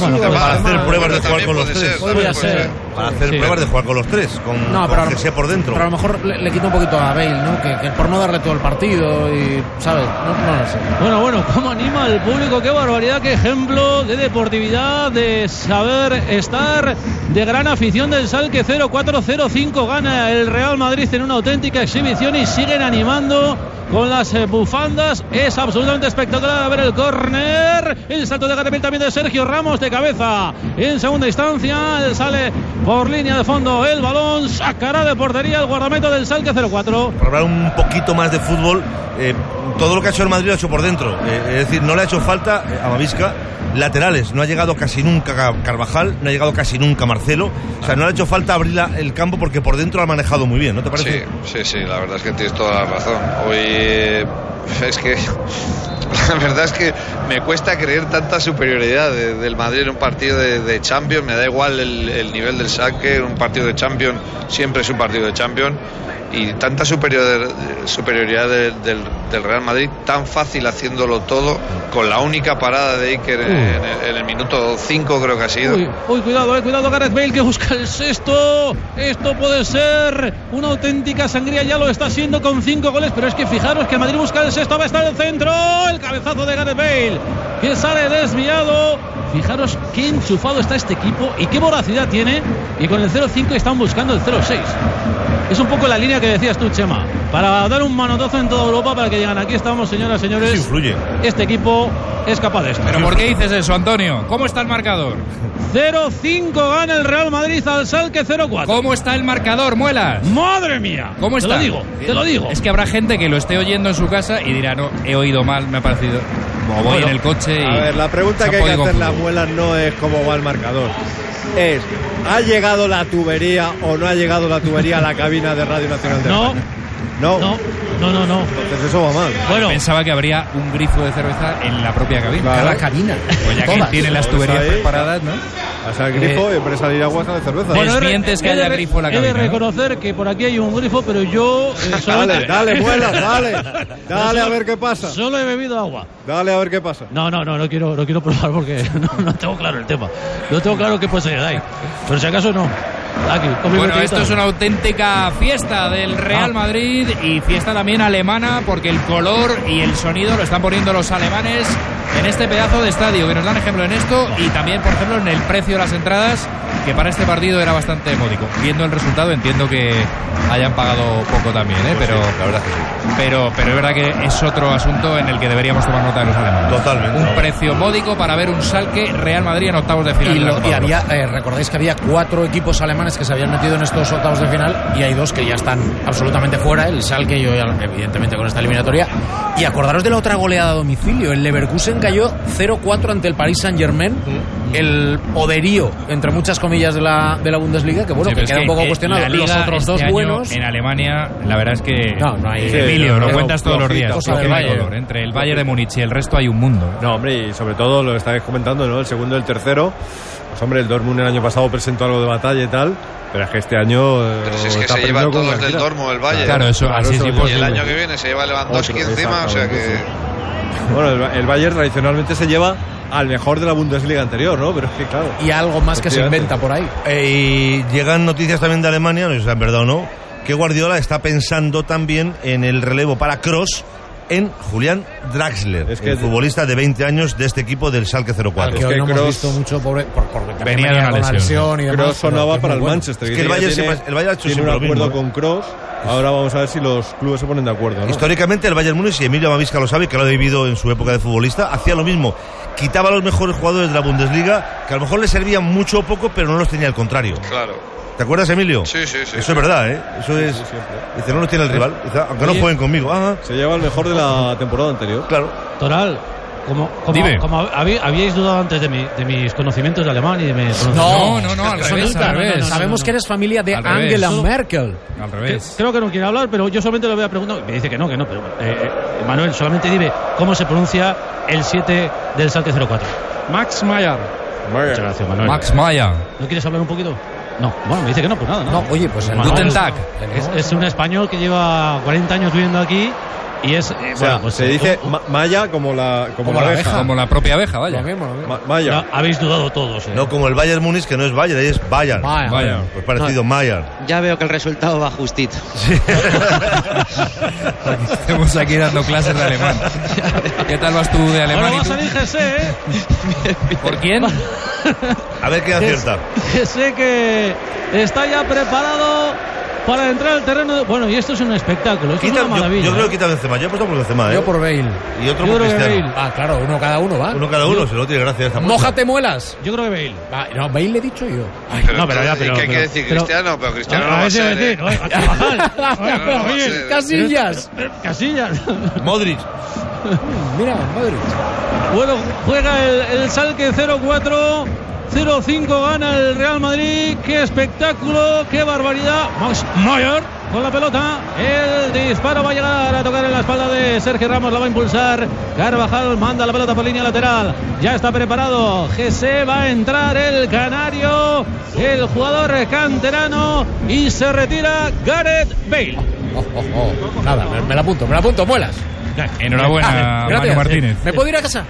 [SPEAKER 5] Bueno,
[SPEAKER 7] para
[SPEAKER 5] Benzema.
[SPEAKER 7] hacer pruebas de
[SPEAKER 5] También
[SPEAKER 7] jugar con los
[SPEAKER 5] puede
[SPEAKER 7] tres.
[SPEAKER 5] ser, Podría también puede ser.
[SPEAKER 7] Para hacer
[SPEAKER 5] Sí.
[SPEAKER 7] pruebas de jugar con los tres, con,
[SPEAKER 8] No,
[SPEAKER 7] con
[SPEAKER 8] pero a lo-
[SPEAKER 7] que sea por dentro.
[SPEAKER 8] Pero a lo mejor le, le quita un poquito a Bale, ¿no? Que, que por no darle todo el partido y, ¿sabes? No, no lo sé.
[SPEAKER 5] Bueno, bueno, cómo anima al público, qué barbaridad, qué ejemplo de deportividad, de saber estar, de gran afición del Salque 0-4-0-5 gana el Real Madrid en una auténtica exhibición y siguen animando con las eh, bufandas. Es absolutamente espectacular a ver el córner. El salto de Garabel también de Sergio Ramos de cabeza. En segunda instancia sale por línea de fondo el balón. Sacará de portería el guardameta del Salque 04.
[SPEAKER 7] Por hablar un poquito más de fútbol, eh, todo lo que ha hecho el Madrid lo ha hecho por dentro. Eh, es decir, no le ha hecho falta eh, a Mavisca laterales. No ha llegado casi nunca Ca- Carvajal, no ha llegado casi nunca Marcelo. O sea, no le ha hecho falta abrir la- el campo porque por dentro lo ha manejado muy bien, ¿no te parece?
[SPEAKER 6] Sí, sí, sí, la verdad es que tienes toda la razón. Hoy eh, es que la verdad es que me cuesta creer tanta superioridad de- del Madrid en un partido de, de Champions. Me da igual el, el nivel del saque, un partido de Champions siempre es un partido de Champions. Y tanta superior- superioridad de- del, del Real Madrid, tan fácil haciéndolo todo, con la única parada de Iker en,
[SPEAKER 5] Uy.
[SPEAKER 6] en el, en el minuto 5 creo que ha sido.
[SPEAKER 5] Uy, uy, cuidado, eh, cuidado Gareth Bale que busca el sexto. Esto puede ser una auténtica sangría, ya lo está haciendo con cinco goles, pero es que fijaros que Madrid busca el sexto, va a estar el centro, el cabezazo de Gareth Bale que sale desviado. Fijaros qué enchufado está este equipo y qué voracidad tiene y con el 0-5 están buscando el 0-6. Es un poco la línea que decías tú, Chema, para dar un manotazo en toda Europa para que digan, aquí estamos, señoras, señores. Este equipo es capaz de esto.
[SPEAKER 2] ¿Pero por qué dices eso, Antonio? ¿Cómo está el marcador?
[SPEAKER 5] 0-5 gana el Real Madrid al Salque 0-4.
[SPEAKER 2] ¿Cómo está el marcador, Muelas?
[SPEAKER 5] ¡Madre mía!
[SPEAKER 2] ¿Cómo
[SPEAKER 5] Te
[SPEAKER 2] está?
[SPEAKER 5] lo digo, te lo digo.
[SPEAKER 2] Es que habrá gente que lo esté oyendo en su casa y dirá, no, he oído mal, me ha parecido. O voy
[SPEAKER 9] Bueno,
[SPEAKER 2] en el coche y.
[SPEAKER 9] A ver, la pregunta
[SPEAKER 2] se
[SPEAKER 9] que
[SPEAKER 2] ha
[SPEAKER 9] hay que
[SPEAKER 2] podido
[SPEAKER 9] hacer las
[SPEAKER 2] confundir.
[SPEAKER 9] muelas no es cómo va el marcador. Es, ¿ha llegado la tubería o no ha llegado la tubería a la cabina de Radio Nacional de
[SPEAKER 5] No.
[SPEAKER 9] España? No. No,
[SPEAKER 5] no, no, no.
[SPEAKER 9] Entonces eso va mal.
[SPEAKER 5] Bueno.
[SPEAKER 2] Pensaba que habría un grifo de cerveza en la propia cabina.
[SPEAKER 9] Cada
[SPEAKER 8] cabina.
[SPEAKER 2] Pues ya que
[SPEAKER 9] Todas.
[SPEAKER 2] tienen las
[SPEAKER 9] Pues
[SPEAKER 2] tuberías
[SPEAKER 9] ahí,
[SPEAKER 2] preparadas, ¿no?
[SPEAKER 9] O sea, el grifo
[SPEAKER 2] Eh,
[SPEAKER 9] y para salir agua de cerveza.
[SPEAKER 5] he de- he de re- he de reconocer que por aquí hay un grifo, pero yo. eh, solamente-
[SPEAKER 9] dale, muelas, dale. Dale, a ver qué pasa.
[SPEAKER 5] Solo he bebido agua.
[SPEAKER 9] Dale, a ver qué pasa.
[SPEAKER 5] No, no, no, no quiero, no quiero probar porque no, no tengo claro el tema. No tengo claro qué posibilidad hay. Pero si acaso no. Aquí, con mi
[SPEAKER 2] Bueno,
[SPEAKER 5] botellita.
[SPEAKER 2] esto es una auténtica fiesta del Real Madrid y fiesta también alemana porque el color y el sonido lo están poniendo los alemanes en este pedazo de estadio que nos dan ejemplo en esto y también, por ejemplo, en el precio de las entradas que para este partido era bastante módico. Viendo el resultado entiendo que hayan pagado poco también, ¿eh? pero la verdad Pero, pero es verdad que es otro asunto en el que deberíamos tomar nota de los alemanes.
[SPEAKER 7] Totalmente.
[SPEAKER 2] Un precio módico para ver un salque Real Madrid en octavos de final.
[SPEAKER 8] Y,
[SPEAKER 2] de la
[SPEAKER 8] lo-
[SPEAKER 2] Copa
[SPEAKER 8] y
[SPEAKER 2] de Europa.
[SPEAKER 8] había, eh, recordáis que había cuatro equipos alemanes que se habían metido en estos octavos de final y hay dos que ya están absolutamente fuera, el Schalke y hoy, evidentemente con esta eliminatoria. Y acordaros de la otra goleada a domicilio, el Leverkusen cayó 0-4 ante el Paris Saint Germain, el poderío, entre muchas comillas, de la, de la Bundesliga, que bueno,
[SPEAKER 2] Sí,
[SPEAKER 8] que
[SPEAKER 2] pero es
[SPEAKER 8] queda un
[SPEAKER 2] que,
[SPEAKER 8] poco
[SPEAKER 2] eh,
[SPEAKER 8] cuestionado.
[SPEAKER 2] la Liga
[SPEAKER 8] Los otros
[SPEAKER 2] este
[SPEAKER 8] dos
[SPEAKER 2] año
[SPEAKER 8] buenos...
[SPEAKER 2] En Alemania, la verdad es que.
[SPEAKER 8] No, no hay-
[SPEAKER 2] Emilio,
[SPEAKER 8] Sí,
[SPEAKER 2] lo
[SPEAKER 8] no,
[SPEAKER 2] cuentas todos los
[SPEAKER 8] flojito,
[SPEAKER 2] días.
[SPEAKER 8] cosa
[SPEAKER 2] No
[SPEAKER 8] del
[SPEAKER 2] tiene
[SPEAKER 8] Bayern.
[SPEAKER 2] color. Entre el Bayern de Múnich y el resto hay un mundo.
[SPEAKER 9] No, hombre, y sobre todo lo estáis comentando, ¿no? El segundo y el tercero. Pues, hombre, el Dortmund el año pasado presentó algo de batalla y tal, pero es que este año. eh,
[SPEAKER 6] Pero si es que
[SPEAKER 9] está
[SPEAKER 6] se lleva
[SPEAKER 9] perdido con
[SPEAKER 6] todos del
[SPEAKER 9] cualquiera.
[SPEAKER 6] Dormo, el Valle.
[SPEAKER 9] Claro, eso, así es
[SPEAKER 6] Y el
[SPEAKER 9] imposible.
[SPEAKER 6] año que viene se lleva Lewandowski
[SPEAKER 9] Otro,
[SPEAKER 6] encima, o sea que.
[SPEAKER 9] exactamente, sí. Bueno, el, el Bayern tradicionalmente se lleva al mejor de la Bundesliga anterior, ¿no? Pero es que, claro.
[SPEAKER 8] Y algo más que se inventa por ahí.
[SPEAKER 7] Eh, y llegan noticias también de Alemania, no sé si sean verdad o no, que Guardiola está pensando también en el relevo para Cross en Julián Draxler,
[SPEAKER 9] que-
[SPEAKER 7] el futbolista de 20 años de este equipo del Schalke 04.
[SPEAKER 8] Que hoy no hemos visto mucho, pobre, por, por- porque venía con la lesión y demás,
[SPEAKER 9] Cross
[SPEAKER 8] pero
[SPEAKER 9] sonaba
[SPEAKER 8] es
[SPEAKER 9] para
[SPEAKER 8] muy
[SPEAKER 9] el
[SPEAKER 8] bueno.
[SPEAKER 9] Manchester.
[SPEAKER 7] Es que el
[SPEAKER 9] ya
[SPEAKER 7] Bayern
[SPEAKER 9] tiene-
[SPEAKER 7] siempre- el Bayern ha hecho
[SPEAKER 9] tiene un
[SPEAKER 7] siempre lo
[SPEAKER 9] acuerdo
[SPEAKER 7] mismo, ¿eh?
[SPEAKER 9] con Cross. Ahora vamos a ver si los clubes se ponen de acuerdo. ¿no?
[SPEAKER 7] Históricamente el Bayern Múnich, y Emilio Mavisca lo sabe, que lo ha vivido en su época de futbolista, hacía lo mismo. Quitaba a los mejores jugadores de la Bundesliga, que a lo mejor les servían mucho o poco, pero no los tenía al contrario.
[SPEAKER 6] Claro.
[SPEAKER 7] ¿Te acuerdas, Emilio?
[SPEAKER 6] Sí, sí, sí.
[SPEAKER 7] Eso es verdad, ¿eh? Eso es... Dice, no los tiene el rival, dice, aunque no
[SPEAKER 9] Pues Oye,
[SPEAKER 7] jueguen conmigo. Ah,
[SPEAKER 9] Se lleva el mejor de la temporada anterior.
[SPEAKER 7] Claro.
[SPEAKER 5] Toral, como, como,
[SPEAKER 9] Dime.
[SPEAKER 5] como habí- habíais dudado antes de, mi- de mis conocimientos de alemán y de mis
[SPEAKER 8] No,
[SPEAKER 5] conocimientos-
[SPEAKER 8] no, no, al Eso revés, nunca, al no, no, revés. no, no, Sabemos no. que eres familia de Angela Merkel.
[SPEAKER 2] Al
[SPEAKER 5] Que- Creo que no quiere hablar, pero yo solamente le voy a preguntar. Me dice que no, que no, pero eh, eh, Manuel, solamente dime cómo se pronuncia el 7 del Salque 04. Max Mayer. Muchas gracias, Manuel.
[SPEAKER 2] Max Maya.
[SPEAKER 5] ¿No quieres hablar un poquito? No, bueno, me dice que no, pues nada. No,
[SPEAKER 8] oye, pues
[SPEAKER 2] el Guten Tag.
[SPEAKER 5] Es, es un español que lleva 40 años viviendo aquí y es. eh,
[SPEAKER 9] O sea,
[SPEAKER 5] bueno, pues,
[SPEAKER 9] se
[SPEAKER 5] eh,
[SPEAKER 9] dice ma- Maya como la, como la abeja.
[SPEAKER 2] Como la propia abeja, vaya.
[SPEAKER 9] Ma- Maya.
[SPEAKER 5] habéis dudado todos.
[SPEAKER 7] No, como el Bayern Múnich, que no es Bayern, ahí es Bayern.
[SPEAKER 8] Bayern.
[SPEAKER 10] Bayern.
[SPEAKER 7] Pues parecido
[SPEAKER 10] No.
[SPEAKER 7] Bayern.
[SPEAKER 10] Ya veo que el resultado va justito.
[SPEAKER 2] Estamos aquí dando clases de alemán. ¿Qué tal vas tú de
[SPEAKER 5] Bueno,
[SPEAKER 2] alemán?
[SPEAKER 5] va
[SPEAKER 2] y
[SPEAKER 5] a
[SPEAKER 2] tú?
[SPEAKER 5] salir GC, ¿eh?
[SPEAKER 2] ¿Por quién?
[SPEAKER 7] A ver qué acierta.
[SPEAKER 5] GC que está ya preparado para entrar al terreno. de- Bueno, y esto es un espectáculo, esto
[SPEAKER 7] Quita-
[SPEAKER 5] es una
[SPEAKER 7] yo,
[SPEAKER 5] maravilla.
[SPEAKER 7] yo creo
[SPEAKER 5] ¿eh?
[SPEAKER 7] que quita Benzema. Yo he puesto por Benzema, ¿eh?
[SPEAKER 5] Yo por Bale.
[SPEAKER 7] Y otro
[SPEAKER 5] Yo
[SPEAKER 7] por
[SPEAKER 5] creo que
[SPEAKER 7] Cristiano.
[SPEAKER 8] Ah, claro, uno cada uno, ¿va?
[SPEAKER 7] Uno cada uno, se lo tiene gracia esta
[SPEAKER 8] Mójate, muelas.
[SPEAKER 5] Yo creo que Bale.
[SPEAKER 8] no, Bale le he dicho yo. Ay,
[SPEAKER 6] Pero entonces, ¿y ¿Qué hay que decir? Cristiano, pero Cristiano no va a ser. ¿eh?
[SPEAKER 5] Pero,
[SPEAKER 6] no,
[SPEAKER 5] oye,
[SPEAKER 6] sí,
[SPEAKER 8] Casillas.
[SPEAKER 5] Casillas.
[SPEAKER 7] Modric.
[SPEAKER 8] Mira, Modric.
[SPEAKER 5] Bueno, juega el, el Salque 0-4. 0-5 gana el Real Madrid. Qué espectáculo, qué barbaridad. Max Neuer con la pelota. El disparo va a llegar a tocar en la espalda de Sergio Ramos. La va a impulsar. Carvajal manda la pelota por línea lateral. Ya está preparado. GC va a entrar el canario. El jugador canterano. Y se retira Gareth Bale.
[SPEAKER 8] Nada, me, me la apunto, me la apunto, muelas.
[SPEAKER 2] Enhorabuena,
[SPEAKER 8] Gracias.
[SPEAKER 2] Manu Martínez.
[SPEAKER 8] ¿Me puedo ir a casa?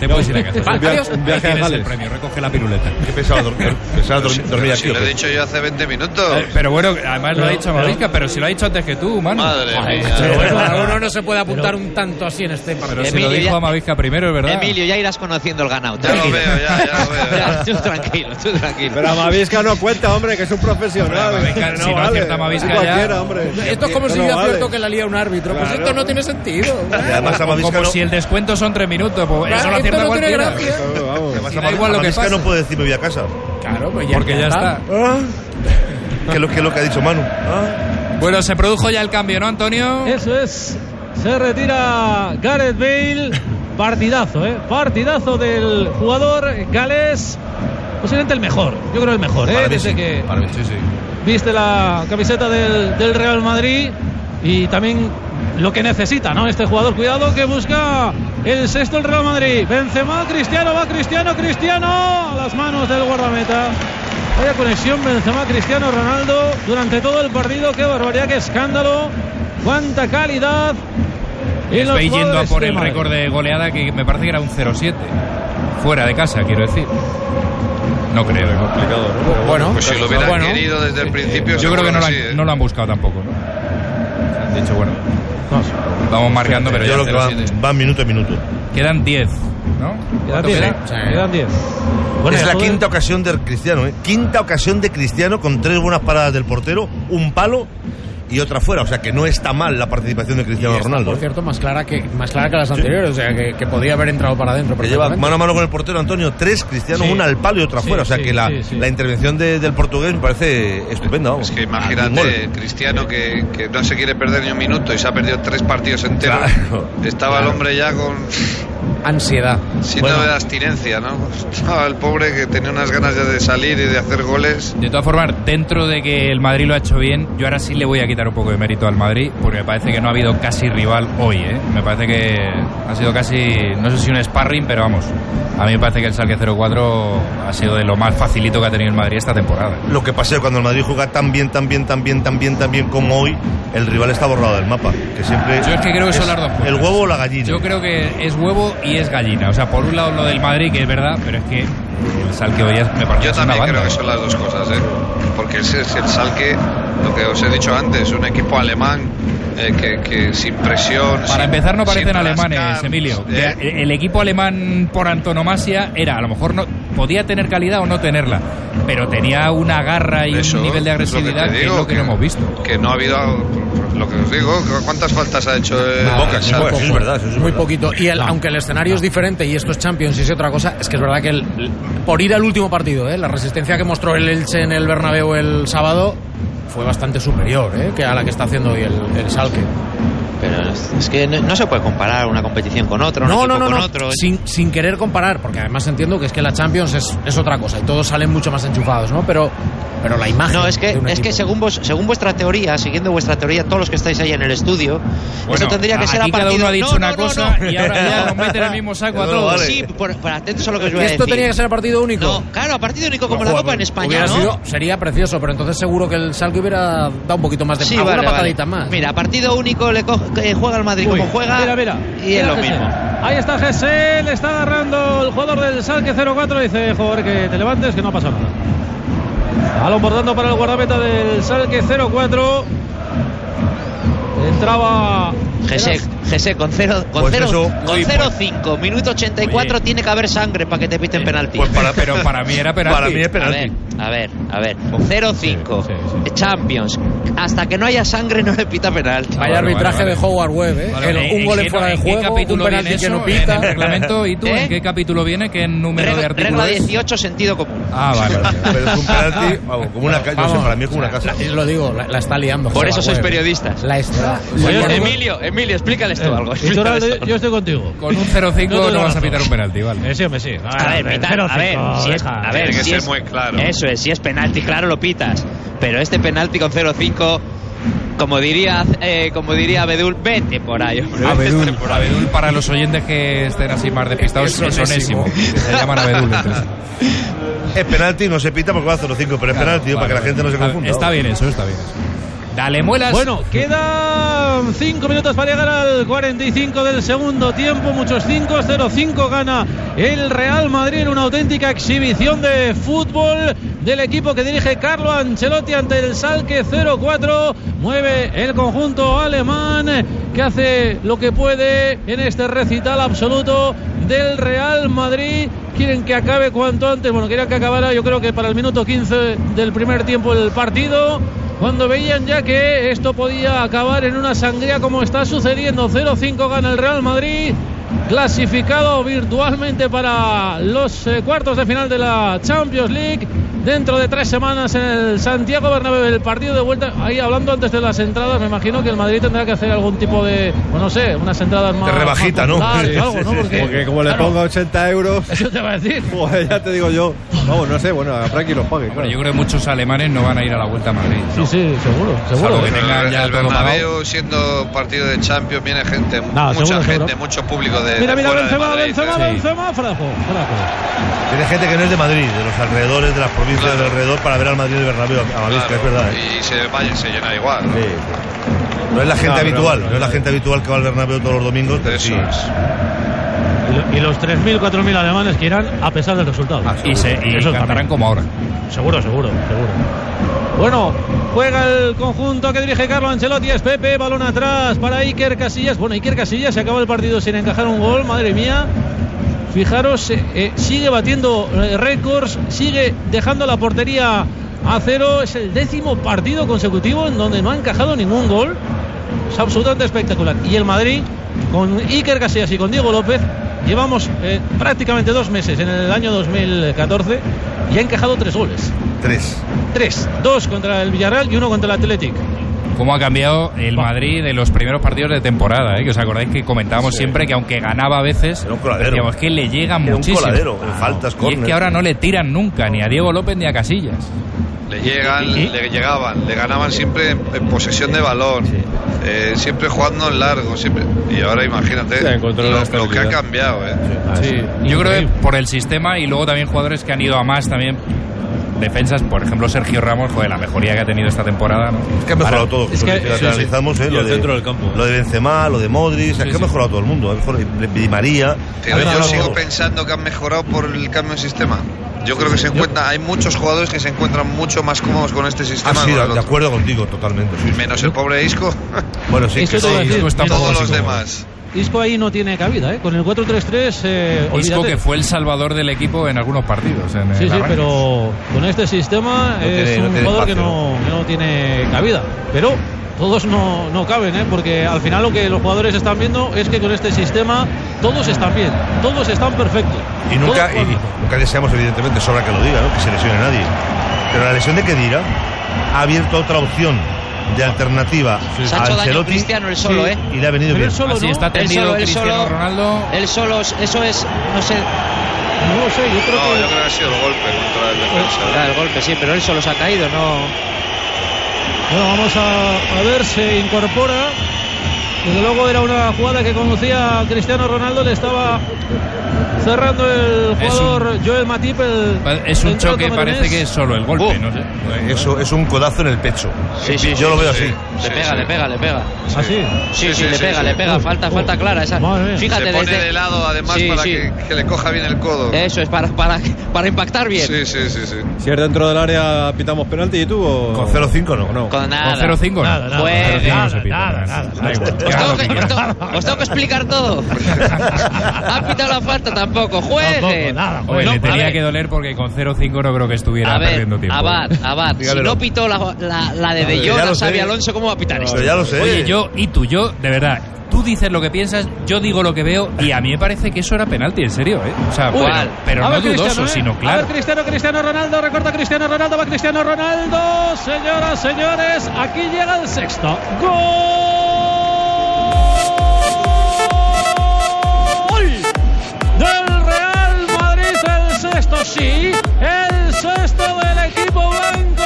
[SPEAKER 2] Te puedes ir a casa.
[SPEAKER 8] Vale, adiós.
[SPEAKER 2] Ahí
[SPEAKER 8] viaje a
[SPEAKER 2] tienes el
[SPEAKER 8] Gales.
[SPEAKER 2] premio, recoge la piruleta.
[SPEAKER 7] Qué pesado dormir, pesado dormir, dormir
[SPEAKER 6] Pero
[SPEAKER 7] aquí.
[SPEAKER 6] si
[SPEAKER 7] ¿o
[SPEAKER 6] lo he
[SPEAKER 7] qué?
[SPEAKER 6] dicho yo hace 20 minutos.
[SPEAKER 2] Eh, Pero bueno, además lo ha dicho Mauricio, pero si lo ha dicho antes que tú, Manu.
[SPEAKER 6] Madre
[SPEAKER 2] Joder,
[SPEAKER 6] mía.
[SPEAKER 2] pero bueno,
[SPEAKER 8] Claro, uno no se puede apuntar un tanto así en este partido.
[SPEAKER 2] Pero si lo
[SPEAKER 10] Emilio,
[SPEAKER 2] dijo
[SPEAKER 10] ya-
[SPEAKER 2] Amavisca primero, es verdad.
[SPEAKER 10] Emilio, ya irás conociendo el ganado.
[SPEAKER 6] Ya lo veo, ya, ya lo veo.
[SPEAKER 10] Ya, tú tranquilo, tú tranquilo.
[SPEAKER 9] Pero Amavisca no cuenta, hombre, que es un profesional.
[SPEAKER 2] Hombre, Amavisca, si no acierta Amavisca
[SPEAKER 9] Es
[SPEAKER 2] ya-
[SPEAKER 9] cualquiera, hombre.
[SPEAKER 8] Esto es como
[SPEAKER 9] Pero
[SPEAKER 8] si yo
[SPEAKER 9] vale.
[SPEAKER 8] acierto que la lía un árbitro. Pues
[SPEAKER 9] Claro.
[SPEAKER 8] esto no tiene sentido.
[SPEAKER 7] Y además a Mavisca
[SPEAKER 2] Como
[SPEAKER 7] no,
[SPEAKER 2] si el descuento son tres minutos, pues eso lo
[SPEAKER 8] esto
[SPEAKER 2] acierta
[SPEAKER 8] no tiene
[SPEAKER 2] cualquiera.
[SPEAKER 8] gracia.
[SPEAKER 9] Vamos, vamos.
[SPEAKER 7] además
[SPEAKER 2] si
[SPEAKER 7] a
[SPEAKER 2] da
[SPEAKER 7] Mavi-
[SPEAKER 2] igual lo
[SPEAKER 7] a
[SPEAKER 2] que
[SPEAKER 7] Mavisca
[SPEAKER 2] pase.
[SPEAKER 7] no puede decir me voy a casa.
[SPEAKER 8] Claro, pues ya
[SPEAKER 2] Porque ya está.
[SPEAKER 7] Que es lo que, es lo que ha dicho Manu. Ah,
[SPEAKER 2] Bueno, se produjo ya el cambio, ¿no, Antonio?
[SPEAKER 5] Eso es. Se retira Gareth Bale. Partidazo, ¿eh? Partidazo del jugador galés. Posiblemente el mejor. Yo creo el mejor, ¿eh?
[SPEAKER 7] para mí
[SPEAKER 5] Desde
[SPEAKER 7] sí,
[SPEAKER 5] que
[SPEAKER 7] para mí sí, sí.
[SPEAKER 5] viste la camiseta del, del Real Madrid. Y también lo que necesita, ¿no? Este jugador. Cuidado que busca el sexto el Real Madrid. Benzema, Cristiano, va Cristiano, Cristiano. A las manos del guardameta. Vaya conexión Benzema, Cristiano, Ronaldo. Durante todo el partido. Qué barbaridad, qué escándalo. Cuánta calidad. en los
[SPEAKER 2] Estoy yendo a
[SPEAKER 5] jugadores
[SPEAKER 2] por
[SPEAKER 5] de
[SPEAKER 2] el
[SPEAKER 5] Madrid.
[SPEAKER 2] récord de goleada que me parece que era un 0-7. Fuera de casa, quiero decir. No creo. ¿no?
[SPEAKER 8] Bueno,
[SPEAKER 6] Pues si lo hubieran querido desde el principio,
[SPEAKER 2] Eh, Yo creo que no
[SPEAKER 6] seguro
[SPEAKER 2] lo, han,
[SPEAKER 6] sí, ¿eh?
[SPEAKER 2] no lo han buscado tampoco. ¿no? Han dicho, bueno, vamos marcando, pero
[SPEAKER 7] yo
[SPEAKER 2] ya
[SPEAKER 7] lo que
[SPEAKER 2] 0-7.
[SPEAKER 7] van, van minuto a minuto.
[SPEAKER 2] Quedan 10, ¿no?
[SPEAKER 5] Quedan
[SPEAKER 2] ¿Cuánto
[SPEAKER 5] 10.
[SPEAKER 2] queda?
[SPEAKER 5] Quedan 10. Bueno,
[SPEAKER 7] es
[SPEAKER 5] ya
[SPEAKER 7] la
[SPEAKER 5] joder.
[SPEAKER 7] quinta ocasión de Cristiano, ¿eh? Quinta ocasión de Cristiano con tres buenas paradas del portero, un palo y otra fuera. O sea que no está mal la participación de Cristiano Ronaldo.
[SPEAKER 8] por
[SPEAKER 7] ¿eh?
[SPEAKER 8] cierto, más clara que, más clara que las anteriores. O sea, que, que podía haber entrado para adentro.
[SPEAKER 7] Que lleva
[SPEAKER 8] perfectamente.
[SPEAKER 7] mano a mano con el portero Antonio, tres Cristiano,
[SPEAKER 5] Sí.
[SPEAKER 7] una al palo y otra
[SPEAKER 5] Sí,
[SPEAKER 7] fuera. O sea
[SPEAKER 5] sí,
[SPEAKER 7] que la,
[SPEAKER 5] sí, sí.
[SPEAKER 7] la intervención de- del portugués me parece estupenda. vamos.
[SPEAKER 6] Es que
[SPEAKER 7] Al gol.
[SPEAKER 6] imagínate, Cristiano, que, que no se quiere perder ni un minuto y se ha perdido tres partidos enteros.
[SPEAKER 7] Claro.
[SPEAKER 6] Estaba el hombre ya con
[SPEAKER 8] Ansiedad.
[SPEAKER 6] síndrome
[SPEAKER 7] Bueno.
[SPEAKER 6] de abstinencia, ¿no? Estaba el pobre que tenía unas ganas ya de salir y de hacer goles.
[SPEAKER 2] De todas formas, dentro de que el Madrid lo ha hecho bien, yo ahora sí le voy a quitar un poco de mérito al Madrid, porque me parece que no ha habido casi rival hoy, ¿eh? Me parece que ha sido casi, no sé si un sparring, pero vamos, a mí me parece que el Salque 04 ha sido de lo más facilito que ha tenido el Madrid esta temporada.
[SPEAKER 7] Lo que pasa es que cuando el Madrid juega tan bien, tan bien, tan bien, tan bien, tan bien como hoy, el rival está borrado del mapa. Que siempre
[SPEAKER 2] Yo es que creo que son las dos cosas.
[SPEAKER 7] El huevo o la gallina.
[SPEAKER 2] Yo creo que es huevo y es gallina. O sea, por un lado lo del Madrid, que es verdad, pero es que el Salque hoy es, me parece
[SPEAKER 6] Yo
[SPEAKER 2] que es una
[SPEAKER 6] también
[SPEAKER 2] banda.
[SPEAKER 6] creo que son las dos cosas, ¿eh? Porque es, es el Salque, lo que os he dicho antes, un equipo alemán eh, que, que sin presión.
[SPEAKER 2] Para
[SPEAKER 6] sin-
[SPEAKER 2] empezar, no
[SPEAKER 6] sin
[SPEAKER 2] parecen
[SPEAKER 6] rascar,
[SPEAKER 2] alemanes, Emilio.
[SPEAKER 6] ¿eh?
[SPEAKER 2] De- El equipo alemán por antonomasia era, a lo mejor no podía tener calidad o no tenerla, pero tenía una garra y
[SPEAKER 6] Eso
[SPEAKER 2] un nivel de
[SPEAKER 6] es lo que te
[SPEAKER 2] agresividad que,
[SPEAKER 6] digo,
[SPEAKER 2] es lo que,
[SPEAKER 6] que-
[SPEAKER 2] no hemos visto.
[SPEAKER 6] que no ha habido lo que os digo cuántas faltas ha hecho eh, el
[SPEAKER 8] Nada,
[SPEAKER 7] Pocas,
[SPEAKER 8] muy
[SPEAKER 7] pocas,
[SPEAKER 8] poco.
[SPEAKER 7] eso es verdad, eso es
[SPEAKER 8] muy
[SPEAKER 7] verdad.
[SPEAKER 8] poquito. Y el- aunque el escenario es diferente y esto es Champions y es otra cosa, es que es verdad que el- por ir al último partido, ¿eh? la resistencia que mostró el Elche en el Bernabéu el sábado fue bastante superior ¿eh? que a la que está haciendo hoy el, el Salque.
[SPEAKER 10] Pero es es que no, no se puede comparar una competición con otra, un
[SPEAKER 8] No,
[SPEAKER 10] equipo
[SPEAKER 8] no, no,
[SPEAKER 10] con
[SPEAKER 8] no.
[SPEAKER 10] otro.
[SPEAKER 8] Sin, sin querer comparar, porque además entiendo que es que la Champions es, es otra cosa y todos salen mucho más enchufados, ¿no? Pero, pero la imagen.
[SPEAKER 10] No, es que,
[SPEAKER 8] de un
[SPEAKER 10] es que
[SPEAKER 8] equipo.
[SPEAKER 10] según, vos, según vuestra teoría, siguiendo vuestra teoría, todos los que estáis ahí en el estudio, eso tendría que ser a
[SPEAKER 2] aquí cada
[SPEAKER 10] partido...
[SPEAKER 2] uno ha dicho
[SPEAKER 10] No,
[SPEAKER 2] una
[SPEAKER 10] no, no,
[SPEAKER 2] cosa
[SPEAKER 10] no.
[SPEAKER 2] y ahora ya nos meten en el mismo saco a
[SPEAKER 7] No,
[SPEAKER 2] todos.
[SPEAKER 7] vale.
[SPEAKER 10] Sí, por, por atentos a lo que os voy a decir.
[SPEAKER 8] Esto tenía que ser a partido único.
[SPEAKER 10] No, claro, a partido único como la
[SPEAKER 8] Joder,
[SPEAKER 10] Copa en España,
[SPEAKER 8] hubiera
[SPEAKER 10] ¿no?
[SPEAKER 8] sido- sería precioso, pero entonces seguro que el Salque hubiera dado un poquito más de
[SPEAKER 10] Sí,
[SPEAKER 8] alguna
[SPEAKER 10] vale, vale.
[SPEAKER 8] patadita más.
[SPEAKER 10] Mira, partido único le co- que juega el Madrid
[SPEAKER 5] Uy,
[SPEAKER 10] como juega
[SPEAKER 5] Mira, mira.
[SPEAKER 10] y es
[SPEAKER 5] Mira
[SPEAKER 10] lo
[SPEAKER 5] Gese.
[SPEAKER 10] mismo.
[SPEAKER 5] Ahí está Gese, le está agarrando el jugador del Salque 04. Dice, joder, que te levantes, que no pasa nada. Balón bordando para el guardameta del Salque 04. Entraba.
[SPEAKER 10] Gesek, Jesse, E con 0 con
[SPEAKER 2] Pues
[SPEAKER 10] cero-
[SPEAKER 2] eso.
[SPEAKER 10] con
[SPEAKER 2] Uy,
[SPEAKER 10] 0-5, minuto 84, tiene que haber sangre para que te piten penalti.
[SPEAKER 2] pero pues para mí era penalti.
[SPEAKER 10] Para mí es penalti. A ver, a ver, a ver. 0-5, Champions. Hasta que no haya sangre no le pita penalti.
[SPEAKER 8] Hay arbitraje de Howard Webb, ¿eh?
[SPEAKER 10] Vale,
[SPEAKER 8] El-
[SPEAKER 10] vale.
[SPEAKER 8] un
[SPEAKER 10] ¿En
[SPEAKER 8] gol
[SPEAKER 10] qué-
[SPEAKER 8] en fuera de
[SPEAKER 10] en qué
[SPEAKER 8] juego, un
[SPEAKER 10] capítulo
[SPEAKER 8] penalti
[SPEAKER 10] viene
[SPEAKER 8] que no
[SPEAKER 10] eso? En
[SPEAKER 8] pita.
[SPEAKER 10] el
[SPEAKER 2] reglamento y tú
[SPEAKER 10] ¿Eh?
[SPEAKER 2] en qué capítulo viene qué número de
[SPEAKER 10] Regla,
[SPEAKER 2] artículos
[SPEAKER 10] regla 18, sentido común.
[SPEAKER 2] ah vale
[SPEAKER 7] Pero es un penalti, vamos, como una ca- no sé, para mí es como una
[SPEAKER 8] o sea,
[SPEAKER 7] casa.
[SPEAKER 8] la- lo digo, la, la está liando.
[SPEAKER 10] Por
[SPEAKER 8] Howard
[SPEAKER 10] eso sois
[SPEAKER 8] Webb.
[SPEAKER 10] periodistas.
[SPEAKER 8] La está.
[SPEAKER 10] Emilio, Emilio, Pues explícales
[SPEAKER 2] eh,
[SPEAKER 10] tú algo. explícales tú algo.
[SPEAKER 5] yo estoy contigo.
[SPEAKER 2] Con un 0-5
[SPEAKER 5] Yo te doy la
[SPEAKER 2] no vas a
[SPEAKER 5] razón.
[SPEAKER 2] pitar un penalti, vale.
[SPEAKER 5] Sí, hombre, sí. Ah,
[SPEAKER 10] A ver, pitar, a ver, si es, a ver,
[SPEAKER 6] Tiene que
[SPEAKER 10] si
[SPEAKER 6] ser
[SPEAKER 10] es-
[SPEAKER 6] muy claro.
[SPEAKER 10] Eso es, si es penalti, claro lo pitas. Pero este penalti con 0-5, como diría, eh, como diría Bedul, vete por ahí. hombre, vete por ahí.
[SPEAKER 2] Abedul, para los oyentes que estén así más despistados,
[SPEAKER 10] Es
[SPEAKER 2] es onésimo.
[SPEAKER 10] onésimo.
[SPEAKER 2] Se llaman Abedul. entonces.
[SPEAKER 7] Es Eh, penalti, no se pita porque va a 0-5, pero es penalti, tío,
[SPEAKER 2] vale,
[SPEAKER 7] para que la gente no se
[SPEAKER 2] está-
[SPEAKER 7] confunda.
[SPEAKER 2] Está bien eso, está bien eso. Dale muelas.
[SPEAKER 5] Bueno, quedan 5 minutos para llegar al 45 del segundo tiempo. Muchos 5, 0, 5 gana el Real Madrid en una auténtica exhibición de fútbol del equipo que dirige Carlo Ancelotti ante el Salque 0-4. Mueve el conjunto alemán que hace lo que puede en este recital absoluto del Real Madrid. Quieren que acabe cuanto antes. Bueno, querían que acabara yo creo que para el minuto 15 del primer tiempo el partido cuando veían ya que esto podía acabar en una sangría como está sucediendo. 0-5 gana el Real Madrid, clasificado virtualmente para los eh, cuartos de final de la Champions League. Dentro de tres semanas en el Santiago Bernabéu el partido de vuelta. Ahí hablando antes de las entradas, me imagino que el Madrid tendrá que hacer algún tipo de, bueno, no sé, unas entradas más.
[SPEAKER 7] Te rebajita,
[SPEAKER 5] más
[SPEAKER 7] ¿no?
[SPEAKER 5] populares o
[SPEAKER 7] Sí,
[SPEAKER 5] algo,
[SPEAKER 7] sí,
[SPEAKER 5] ¿no?
[SPEAKER 7] sí.
[SPEAKER 5] Porque,
[SPEAKER 9] Porque como le
[SPEAKER 5] claro,
[SPEAKER 9] ponga 80 euros,
[SPEAKER 5] Eso te va a decir.
[SPEAKER 9] pues ya te digo yo. Vamos, no sé, bueno, habrá quien los pague. claro.
[SPEAKER 2] Bueno, yo creo que muchos alemanes no van a ir a la Vuelta a Madrid.
[SPEAKER 5] Sí, sí, seguro, seguro.
[SPEAKER 2] Salvo que tengan ya
[SPEAKER 6] el
[SPEAKER 2] todo pagado.
[SPEAKER 6] Bernabéu siendo partido de Champions viene gente, mucha
[SPEAKER 5] seguro, seguro.
[SPEAKER 6] gente, mucho público de
[SPEAKER 5] Mira,
[SPEAKER 6] de
[SPEAKER 5] mira,
[SPEAKER 6] fuera de
[SPEAKER 5] Benzema,
[SPEAKER 6] Madrid,
[SPEAKER 5] Benzema,
[SPEAKER 6] ¿eh?
[SPEAKER 5] Benzema, fuera de juego, fuera de juego.
[SPEAKER 7] Tiene gente que no es de Madrid, de los alrededores, de las provincias
[SPEAKER 6] Claro.
[SPEAKER 7] del alrededor, para ver al Madrid de Bernabéu, a Mavisca,
[SPEAKER 6] Claro,
[SPEAKER 7] es verdad. ¿eh?
[SPEAKER 6] Y se, vaya, se llena igual. ¿no?
[SPEAKER 7] No es la gente
[SPEAKER 9] No, pero
[SPEAKER 7] habitual,
[SPEAKER 9] bueno,
[SPEAKER 7] no es la
[SPEAKER 2] eh,
[SPEAKER 7] gente habitual que va al Bernabéu todos los domingos, pero
[SPEAKER 6] Eso
[SPEAKER 7] sí.
[SPEAKER 6] es.
[SPEAKER 5] Y lo- Y los 3.000, 4.000 alemanes que irán a pesar del resultado.
[SPEAKER 2] Y, se, y
[SPEAKER 5] Eso
[SPEAKER 2] cantarán
[SPEAKER 5] también.
[SPEAKER 2] como ahora.
[SPEAKER 5] Seguro, seguro, seguro. Bueno, juega el conjunto que dirige Carlo Ancelotti, es Pepe, balón atrás para Iker Casillas. Bueno, Iker Casillas se acaba el partido sin encajar un gol, madre mía. Fijaros, eh, eh, sigue batiendo eh, récords, sigue dejando la portería a cero. Es el décimo partido consecutivo en donde no ha encajado ningún gol. Es absolutamente espectacular. Y el Madrid, con Iker Casillas y con Diego López, llevamos eh, prácticamente dos meses en el año 2014 y ha encajado tres goles.
[SPEAKER 7] Tres.
[SPEAKER 5] Tres. Dos contra el Villarreal y uno contra el Athletic.
[SPEAKER 2] Cómo ha cambiado el Madrid de los primeros partidos de temporada, ¿eh? Que os acordáis que comentábamos siempre que aunque ganaba a veces,
[SPEAKER 7] Era un coladero.
[SPEAKER 2] decíamos que le llegan
[SPEAKER 7] Era un
[SPEAKER 2] muchísimo.
[SPEAKER 7] coladero, en faltas,
[SPEAKER 2] y es
[SPEAKER 7] córner.
[SPEAKER 2] que ahora no le tiran nunca, ni a Diego López ni a Casillas.
[SPEAKER 6] Le llegan, le llegaban, le ganaban siempre en, en posesión de balón, eh, siempre jugando en largo, siempre. Y ahora imagínate
[SPEAKER 9] Sí, ha
[SPEAKER 6] lo,
[SPEAKER 9] encontrado la
[SPEAKER 6] lo que ha
[SPEAKER 9] estabilidad.
[SPEAKER 6] cambiado, ¿eh?
[SPEAKER 5] Ah,
[SPEAKER 2] Yo creo que por el sistema y luego también jugadores que han ido a más también. Defensas, por ejemplo, Sergio Ramos, joder, la mejoría que ha tenido esta temporada. ¿no?
[SPEAKER 7] Es que ha mejorado todo.
[SPEAKER 5] es que-
[SPEAKER 7] José,
[SPEAKER 5] sí, sí.
[SPEAKER 7] lo analizamos, ¿eh?
[SPEAKER 5] Y
[SPEAKER 7] Lo
[SPEAKER 5] el
[SPEAKER 7] de,
[SPEAKER 5] centro del campo.
[SPEAKER 7] Lo de Benzema, lo de Modric, es que ha mejorado todo el mundo. Ha mejorado Di María.
[SPEAKER 6] Pero
[SPEAKER 7] ha
[SPEAKER 6] yo
[SPEAKER 7] mejorado
[SPEAKER 6] sigo
[SPEAKER 7] todo.
[SPEAKER 6] pensando que han mejorado por el cambio de sistema. Yo creo que se encuentra, hay muchos jugadores que se encuentran mucho más cómodos con este
[SPEAKER 7] Ah,
[SPEAKER 6] sistema.
[SPEAKER 7] sí,
[SPEAKER 6] que con
[SPEAKER 7] de
[SPEAKER 6] el
[SPEAKER 7] de
[SPEAKER 6] otro.
[SPEAKER 7] acuerdo contigo, totalmente. sí, sí.
[SPEAKER 6] Menos el pobre Isco,
[SPEAKER 7] Bueno, sí,
[SPEAKER 5] Eso
[SPEAKER 7] que
[SPEAKER 5] te iba a
[SPEAKER 7] sí.
[SPEAKER 5] decir.
[SPEAKER 2] Isco está un poco
[SPEAKER 6] todos los
[SPEAKER 2] así como-
[SPEAKER 6] demás.
[SPEAKER 5] Isco ahí no tiene cabida, ¿eh? Con el 4-3-3, eh,
[SPEAKER 2] Isco
[SPEAKER 5] olvídate.
[SPEAKER 2] que fue el salvador del equipo en algunos partidos. en
[SPEAKER 5] Sí,
[SPEAKER 2] el
[SPEAKER 5] sí,
[SPEAKER 2] arranque.
[SPEAKER 5] pero con este sistema es
[SPEAKER 7] tiene- no
[SPEAKER 5] un
[SPEAKER 7] tiene
[SPEAKER 5] jugador que
[SPEAKER 7] espacio.
[SPEAKER 5] no, que no tiene cabida. Pero todos no, no caben, ¿eh? porque al final lo que los jugadores están viendo es que con este sistema todos están bien, todos están perfectos.
[SPEAKER 7] Y nunca,
[SPEAKER 5] todos
[SPEAKER 7] y
[SPEAKER 5] juegan bien.
[SPEAKER 7] nunca deseamos, evidentemente, sobra que lo diga, ¿no? que se lesione nadie. Pero la lesión de Kedira ha abierto otra opción de alternativa
[SPEAKER 10] Se ha
[SPEAKER 7] a
[SPEAKER 10] hecho daño
[SPEAKER 7] Ancelotti
[SPEAKER 10] Cristiano él solo, ¿eh?
[SPEAKER 7] y le ha venido
[SPEAKER 5] Pero
[SPEAKER 7] bien.
[SPEAKER 5] él solo
[SPEAKER 2] Así
[SPEAKER 5] no,
[SPEAKER 2] está
[SPEAKER 10] Él
[SPEAKER 2] tendido
[SPEAKER 10] solo, él
[SPEAKER 2] Cristiano
[SPEAKER 10] solo.
[SPEAKER 2] Ronaldo.
[SPEAKER 10] Él solo, eso es, no sé,
[SPEAKER 5] no lo sé, yo creo
[SPEAKER 6] No,
[SPEAKER 5] que...
[SPEAKER 6] yo creo que ha sido el golpe contra el defensa. ¿eh?
[SPEAKER 10] da Ah, el golpe, sí, pero él solo se ha caído, no.
[SPEAKER 5] Bueno, vamos a, a ver, se incorpora. Desde luego era una jugada que conducía Cristiano Ronaldo, le estaba cerrando el
[SPEAKER 2] Es
[SPEAKER 5] jugador Joel Matip. El
[SPEAKER 2] Es un
[SPEAKER 5] central
[SPEAKER 2] choque,
[SPEAKER 5] camerunés.
[SPEAKER 2] parece que es solo el golpe.
[SPEAKER 7] Oh.
[SPEAKER 2] No sé.
[SPEAKER 7] Eso es un codazo en el pecho.
[SPEAKER 10] Sí, sí,
[SPEAKER 7] Yo
[SPEAKER 10] sí,
[SPEAKER 7] lo veo
[SPEAKER 10] sí.
[SPEAKER 7] así.
[SPEAKER 10] Le pega, le pega, le pega.
[SPEAKER 5] ¿Ah, sí?
[SPEAKER 10] Sí, sí, le pega, le pega. falta, falta clara. Esa. Fíjate,
[SPEAKER 6] se pone
[SPEAKER 10] desde-
[SPEAKER 6] de lado además
[SPEAKER 10] Sí,
[SPEAKER 6] para
[SPEAKER 10] sí. Eh.
[SPEAKER 6] Que, que le coja bien el codo.
[SPEAKER 10] Eso es para, para, para impactar bien.
[SPEAKER 6] Sí, sí, sí, sí.
[SPEAKER 9] Si es dentro del área, pitamos penalti y tú. o-
[SPEAKER 7] Con 0-5 no.
[SPEAKER 9] no.
[SPEAKER 10] Con nada.
[SPEAKER 2] Con 0-5 no.
[SPEAKER 5] Nada, nada,
[SPEAKER 10] Juegue.
[SPEAKER 5] nada,
[SPEAKER 2] Nada,
[SPEAKER 5] nada, nada, nada.
[SPEAKER 2] Da igual.
[SPEAKER 10] Os
[SPEAKER 2] Haga
[SPEAKER 10] tengo,
[SPEAKER 2] lo que
[SPEAKER 10] que,
[SPEAKER 2] quiera.
[SPEAKER 10] os tengo- os tengo que explicar todo. ¿Han pitado la falta? Tampoco.
[SPEAKER 5] Tampoco,
[SPEAKER 10] Jueguen.
[SPEAKER 5] nada,
[SPEAKER 2] Hombre,
[SPEAKER 5] jueguen.
[SPEAKER 2] le
[SPEAKER 5] No, a
[SPEAKER 2] tenía
[SPEAKER 5] ver.
[SPEAKER 2] que doler porque con 0-5 no creo que estuviera
[SPEAKER 10] A ver,
[SPEAKER 2] perdiendo tiempo.
[SPEAKER 10] Abad, Abad, si
[SPEAKER 7] Dígalo.
[SPEAKER 10] no pitó la, la, la de De
[SPEAKER 7] Pero
[SPEAKER 10] Jong,
[SPEAKER 7] ya
[SPEAKER 10] a
[SPEAKER 7] lo
[SPEAKER 10] Xavi
[SPEAKER 7] sé.
[SPEAKER 10] Alonso, ¿cómo va a pitar esto?
[SPEAKER 7] Pero ya lo sé.
[SPEAKER 2] Oye, yo y tú, yo, de verdad, tú dices lo que piensas, yo digo lo que veo, y a mí me parece que eso era penalti, en serio, ¿eh? O sea,
[SPEAKER 10] Uy.
[SPEAKER 2] pero, pero
[SPEAKER 5] A
[SPEAKER 2] no
[SPEAKER 5] ver,
[SPEAKER 2] dudoso,
[SPEAKER 5] Cristiano, ¿eh?
[SPEAKER 2] sino
[SPEAKER 5] A
[SPEAKER 2] claro.
[SPEAKER 5] ver, Cristiano, Cristiano Ronaldo, recorta Cristiano Ronaldo, va Cristiano Ronaldo. Señoras, señores, aquí llega el sexto. ¡Gol! Del Real Madrid, el sexto, sí, el sexto del equipo blanco.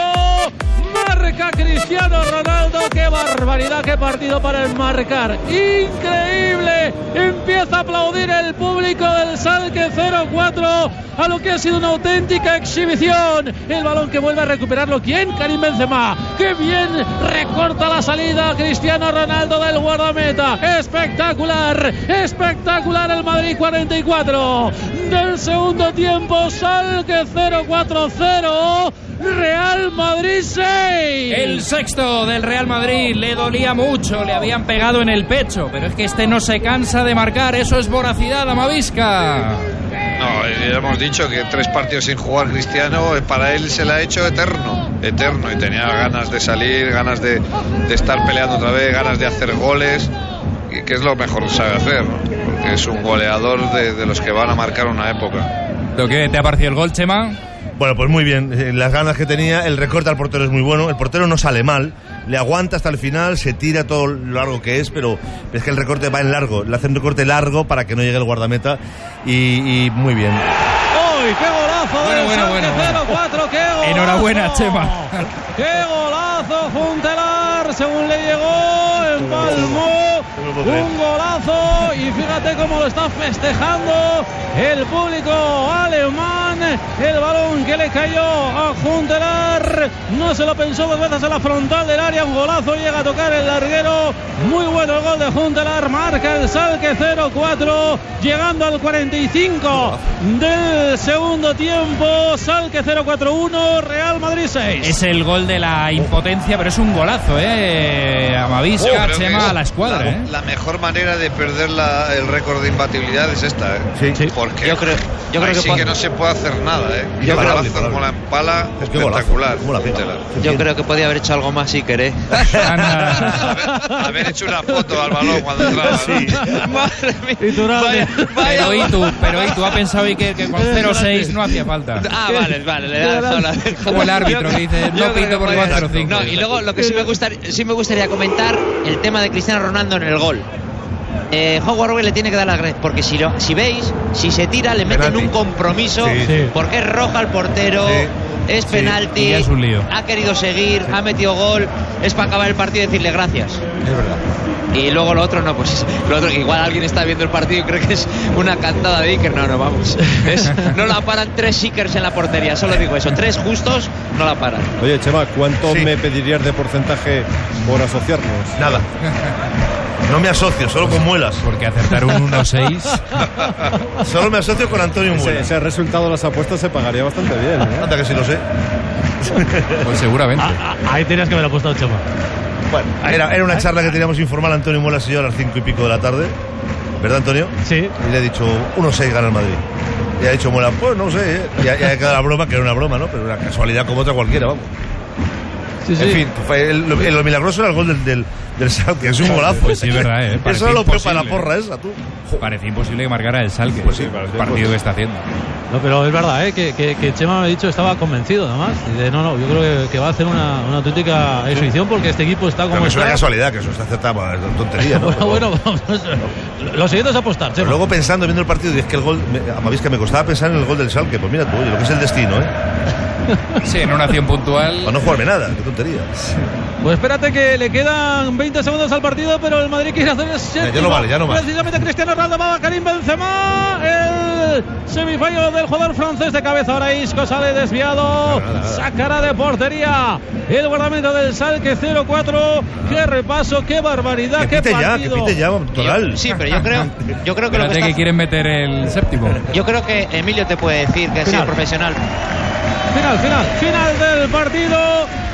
[SPEAKER 5] Marca Cristiano Ronaldo, qué barbaridad, qué partido para el marcar. Increíble. Empieza a aplaudir el público del Salque 0-4 a lo que ha sido una auténtica exhibición. El balón que vuelve a recuperarlo. ¿Quién? Karim Benzema. Qué bien recorta la salida Cristiano Ronaldo del guardameta. Espectacular, espectacular el Madrid 44. Del segundo tiempo, Salque 0-4-0. Real Madrid 6.
[SPEAKER 2] El sexto del Real Madrid le dolía mucho, le habían pegado en el pecho, pero es que este no se cansa de marcar, eso es voracidad, Amavisca.
[SPEAKER 6] No, eh, ya hemos dicho que tres partidos sin jugar Cristiano, eh, para él se la ha hecho eterno, eterno. Y tenía ganas de salir, ganas de, de estar peleando otra vez, ganas de hacer goles, y que es lo mejor que sabe hacer, ¿no? porque es un goleador de, de los que van a marcar una época.
[SPEAKER 2] ¿Lo que te ha parecido el gol, Chema?
[SPEAKER 7] Bueno, pues muy bien. eh, Las ganas que tenía, el recorte al portero es muy bueno. El portero no sale mal, le aguanta hasta el final, se tira todo lo largo que es, pero es que el recorte va en largo. Le hace un recorte largo para que no llegue el guardameta y, y muy bien.
[SPEAKER 5] ¡Uy, qué golazo!
[SPEAKER 2] Bueno,
[SPEAKER 5] del
[SPEAKER 2] bueno,
[SPEAKER 5] Schalke
[SPEAKER 2] bueno,
[SPEAKER 5] 0-4, qué golazo.
[SPEAKER 2] Enhorabuena, Chema.
[SPEAKER 5] ¡Qué golazo, Funtelar! Según le llegó, empalmó
[SPEAKER 7] No me lo puedo creer.
[SPEAKER 5] un golazo y fíjate cómo lo está festejando el público alemán. El balón que le cayó a Juntelar no se lo pensó dos veces en la frontal del área. Un golazo llega a tocar el larguero. Muy bueno el gol de Juntelar. Marca el Salque 0-4, llegando al 45 del segundo tiempo. Salque 0-4-1, Real Madrid 6.
[SPEAKER 2] Es el gol de la impotencia, pero es un golazo, ¿eh?
[SPEAKER 6] Yo
[SPEAKER 2] Amavisca,
[SPEAKER 6] creo Oh, que
[SPEAKER 2] Chema,
[SPEAKER 6] es
[SPEAKER 2] a la escuadra,
[SPEAKER 6] la,
[SPEAKER 2] ¿eh?
[SPEAKER 6] la mejor manera de perder la- el récord de imbatibilidad es esta, ¿eh?
[SPEAKER 7] Sí.
[SPEAKER 6] Porque
[SPEAKER 10] Yo creo- yo creo
[SPEAKER 6] ahí
[SPEAKER 10] que
[SPEAKER 6] sí
[SPEAKER 10] pon-
[SPEAKER 6] que no se puede hacer nada, ¿eh?
[SPEAKER 7] Yo creo-
[SPEAKER 6] Balazo como la empala,
[SPEAKER 7] Es que golazo,
[SPEAKER 6] espectacular.
[SPEAKER 7] cómo la pega.
[SPEAKER 6] Tela.
[SPEAKER 10] Yo creo que podía haber hecho algo más si querés.
[SPEAKER 2] Anda.
[SPEAKER 6] Haber, haber hecho una foto al balón cuando entraba. ¿no?
[SPEAKER 10] Madre mía.
[SPEAKER 5] Iturralde.
[SPEAKER 10] Vaya,
[SPEAKER 2] Pero y
[SPEAKER 10] vaya.
[SPEAKER 2] tú, pero y tú ha pensado Iker que con 0-6 no hacía falta.
[SPEAKER 10] Ah, vale, vale, le da la zona.
[SPEAKER 2] Como el árbitro que dice, no
[SPEAKER 10] Yo creo
[SPEAKER 2] pito
[SPEAKER 10] que
[SPEAKER 2] porque
[SPEAKER 10] podía-
[SPEAKER 2] va 0-5.
[SPEAKER 10] No, y luego lo que sí me, gustaría, sí me gustaría comentar, el tema de Cristiano Ronaldo en el gol. Eh, Howard Roy le tiene que dar la red, porque si, lo- si veis, si se tira, le meten
[SPEAKER 7] Penalti.
[SPEAKER 10] un compromiso,
[SPEAKER 7] Sí.
[SPEAKER 5] Sí.
[SPEAKER 10] porque es roja al portero, es penalti,
[SPEAKER 2] y ya es un lío.
[SPEAKER 10] ha querido seguir, ha metido gol, es para acabar el partido y decirle gracias.
[SPEAKER 7] Es verdad.
[SPEAKER 10] Y luego lo otro no, pues lo otro, igual alguien está viendo el partido y cree que es una cantada de Iker. No, no, vamos. Es- no la paran tres Ickers en la portería, solo digo eso. Tres justos no la paran.
[SPEAKER 9] Oye, Chema, ¿cuánto
[SPEAKER 7] Sí.
[SPEAKER 9] me pedirías de porcentaje por asociarnos?
[SPEAKER 7] Nada. No me asocio, solo con muelas.
[SPEAKER 2] Porque acertar un 1-6.
[SPEAKER 7] Solo me asocio con Antonio
[SPEAKER 9] Ese,
[SPEAKER 7] Muelas.
[SPEAKER 9] ese resultado de las apuestas se pagaría bastante bien, ¿eh?
[SPEAKER 7] Anda que sí lo sé.
[SPEAKER 2] Pues seguramente.
[SPEAKER 5] Ah, ah, ahí tenías que haber apostado, Chema.
[SPEAKER 7] Bueno, era, era una charla que teníamos informal Antonio Muelas y yo a las cinco y pico de la tarde. ¿Verdad, Antonio?
[SPEAKER 5] Sí.
[SPEAKER 7] Y le he dicho, 1-6 gana el Madrid. Y ha dicho Muela, pues no sé, ¿eh? y ha, y ha quedado la broma, que era una broma, ¿no? Pero una casualidad como otra cualquiera, vamos.
[SPEAKER 5] sí, sí.
[SPEAKER 7] En fin, fue el- lo, lo milagroso era el gol del, del, del Southgate, es un golazo.
[SPEAKER 2] Pues sí, es verdad, ¿eh?
[SPEAKER 7] Eso
[SPEAKER 2] Parecía
[SPEAKER 7] era lo peor para la
[SPEAKER 2] imposible.
[SPEAKER 7] porra esa, tú.
[SPEAKER 2] Parecía imposible que marcara el Salque.
[SPEAKER 7] Pues sí,
[SPEAKER 2] el
[SPEAKER 7] parecía
[SPEAKER 2] partido que está haciendo.
[SPEAKER 5] No, pero es verdad, ¿eh? que, que, que Chema me ha dicho estaba convencido, nada más. Dice, no, no, yo creo que, que va a hacer una, una auténtica exhibición porque este equipo está
[SPEAKER 7] Pero
[SPEAKER 5] como
[SPEAKER 7] que es una
[SPEAKER 5] está.
[SPEAKER 7] casualidad, que eso está acertado, es tontería, ¿no?
[SPEAKER 5] Bueno,
[SPEAKER 7] Pero-
[SPEAKER 5] bueno, vamos. Lo siguiente es apostar,
[SPEAKER 7] Pero
[SPEAKER 5] Chema.
[SPEAKER 7] luego pensando, viendo el partido, y es que el gol, me- a Mavisca me costaba pensar en el gol del Schalke, pues mira tú, oye, lo que es el destino, ¿eh?
[SPEAKER 2] Sí, en una acción puntual.
[SPEAKER 7] Para no jugarme nada, qué tontería.
[SPEAKER 5] Pues espérate que le quedan 20 segundos al partido, pero el Madrid quiere hacer el séptimo.
[SPEAKER 7] Ya no vale, ya no vale.
[SPEAKER 5] Precisamente Cristiano Ronaldo va a Karim Benzema. El semifallo del jugador francés de cabeza. Ahora Isco sale desviado. Sacará de portería el guardameta del Salque 0-4. Qué repaso, qué barbaridad, qué
[SPEAKER 7] Pite ya, que
[SPEAKER 5] partido.
[SPEAKER 7] pite ya, total.
[SPEAKER 10] Sí, pero yo creo, yo creo que lo que
[SPEAKER 2] Espérate
[SPEAKER 10] está-
[SPEAKER 2] que quieren meter el séptimo.
[SPEAKER 10] yo creo que Emilio te puede decir que es
[SPEAKER 2] Final.
[SPEAKER 10] el profesional.
[SPEAKER 5] Final, final, final del partido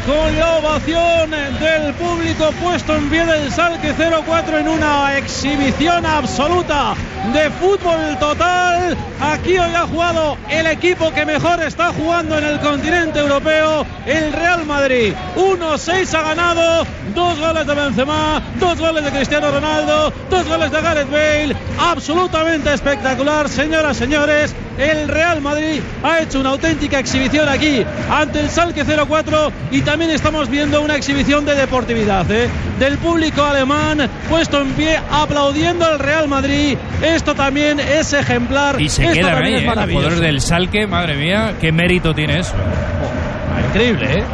[SPEAKER 5] con la ovación del público puesto en pie del Salque 0-4 en una exhibición absoluta de fútbol total. Aquí hoy ha jugado el equipo que mejor está jugando en el continente europeo, el Real Madrid. 1-6 ha ganado, dos goles de Benzema, dos goles de Cristiano Ronaldo, dos goles de Gareth Bale. Absolutamente espectacular, señoras, señores. El Real Madrid ha hecho una auténtica exhibición aquí ante el Salque 04 y también estamos viendo una exhibición de deportividad ¿eh? del público alemán puesto en pie aplaudiendo al Real Madrid. Esto también es ejemplar.
[SPEAKER 2] Y se
[SPEAKER 5] Esto
[SPEAKER 2] quedan
[SPEAKER 5] también es
[SPEAKER 2] ahí, ¿eh? los
[SPEAKER 5] maravilloso.
[SPEAKER 2] jugadores del Salque, madre mía, qué mérito tiene eso.
[SPEAKER 5] increíble, ¿eh?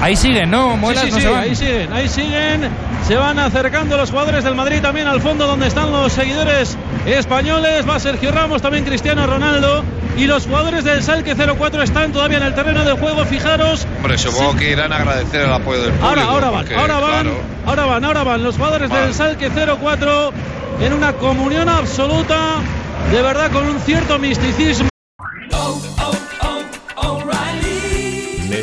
[SPEAKER 2] Ahí siguen, ¿no? Muelas
[SPEAKER 5] Sí, sí,
[SPEAKER 2] no
[SPEAKER 5] sí,
[SPEAKER 2] se van.
[SPEAKER 5] ahí siguen, ahí siguen. Se van acercando los jugadores del Madrid también al fondo donde están los seguidores españoles. Va Sergio Ramos, también Cristiano Ronaldo. Y los jugadores del Salque 04 están todavía en el terreno de juego. Fijaros,
[SPEAKER 6] Hombre, supongo que irán a agradecer el apoyo del público.
[SPEAKER 5] Ahora, ahora van,
[SPEAKER 6] porque,
[SPEAKER 5] ahora van,
[SPEAKER 6] claro,
[SPEAKER 5] ahora van, ahora van los jugadores del Salque 04 en una comunión absoluta, de verdad con un cierto misticismo.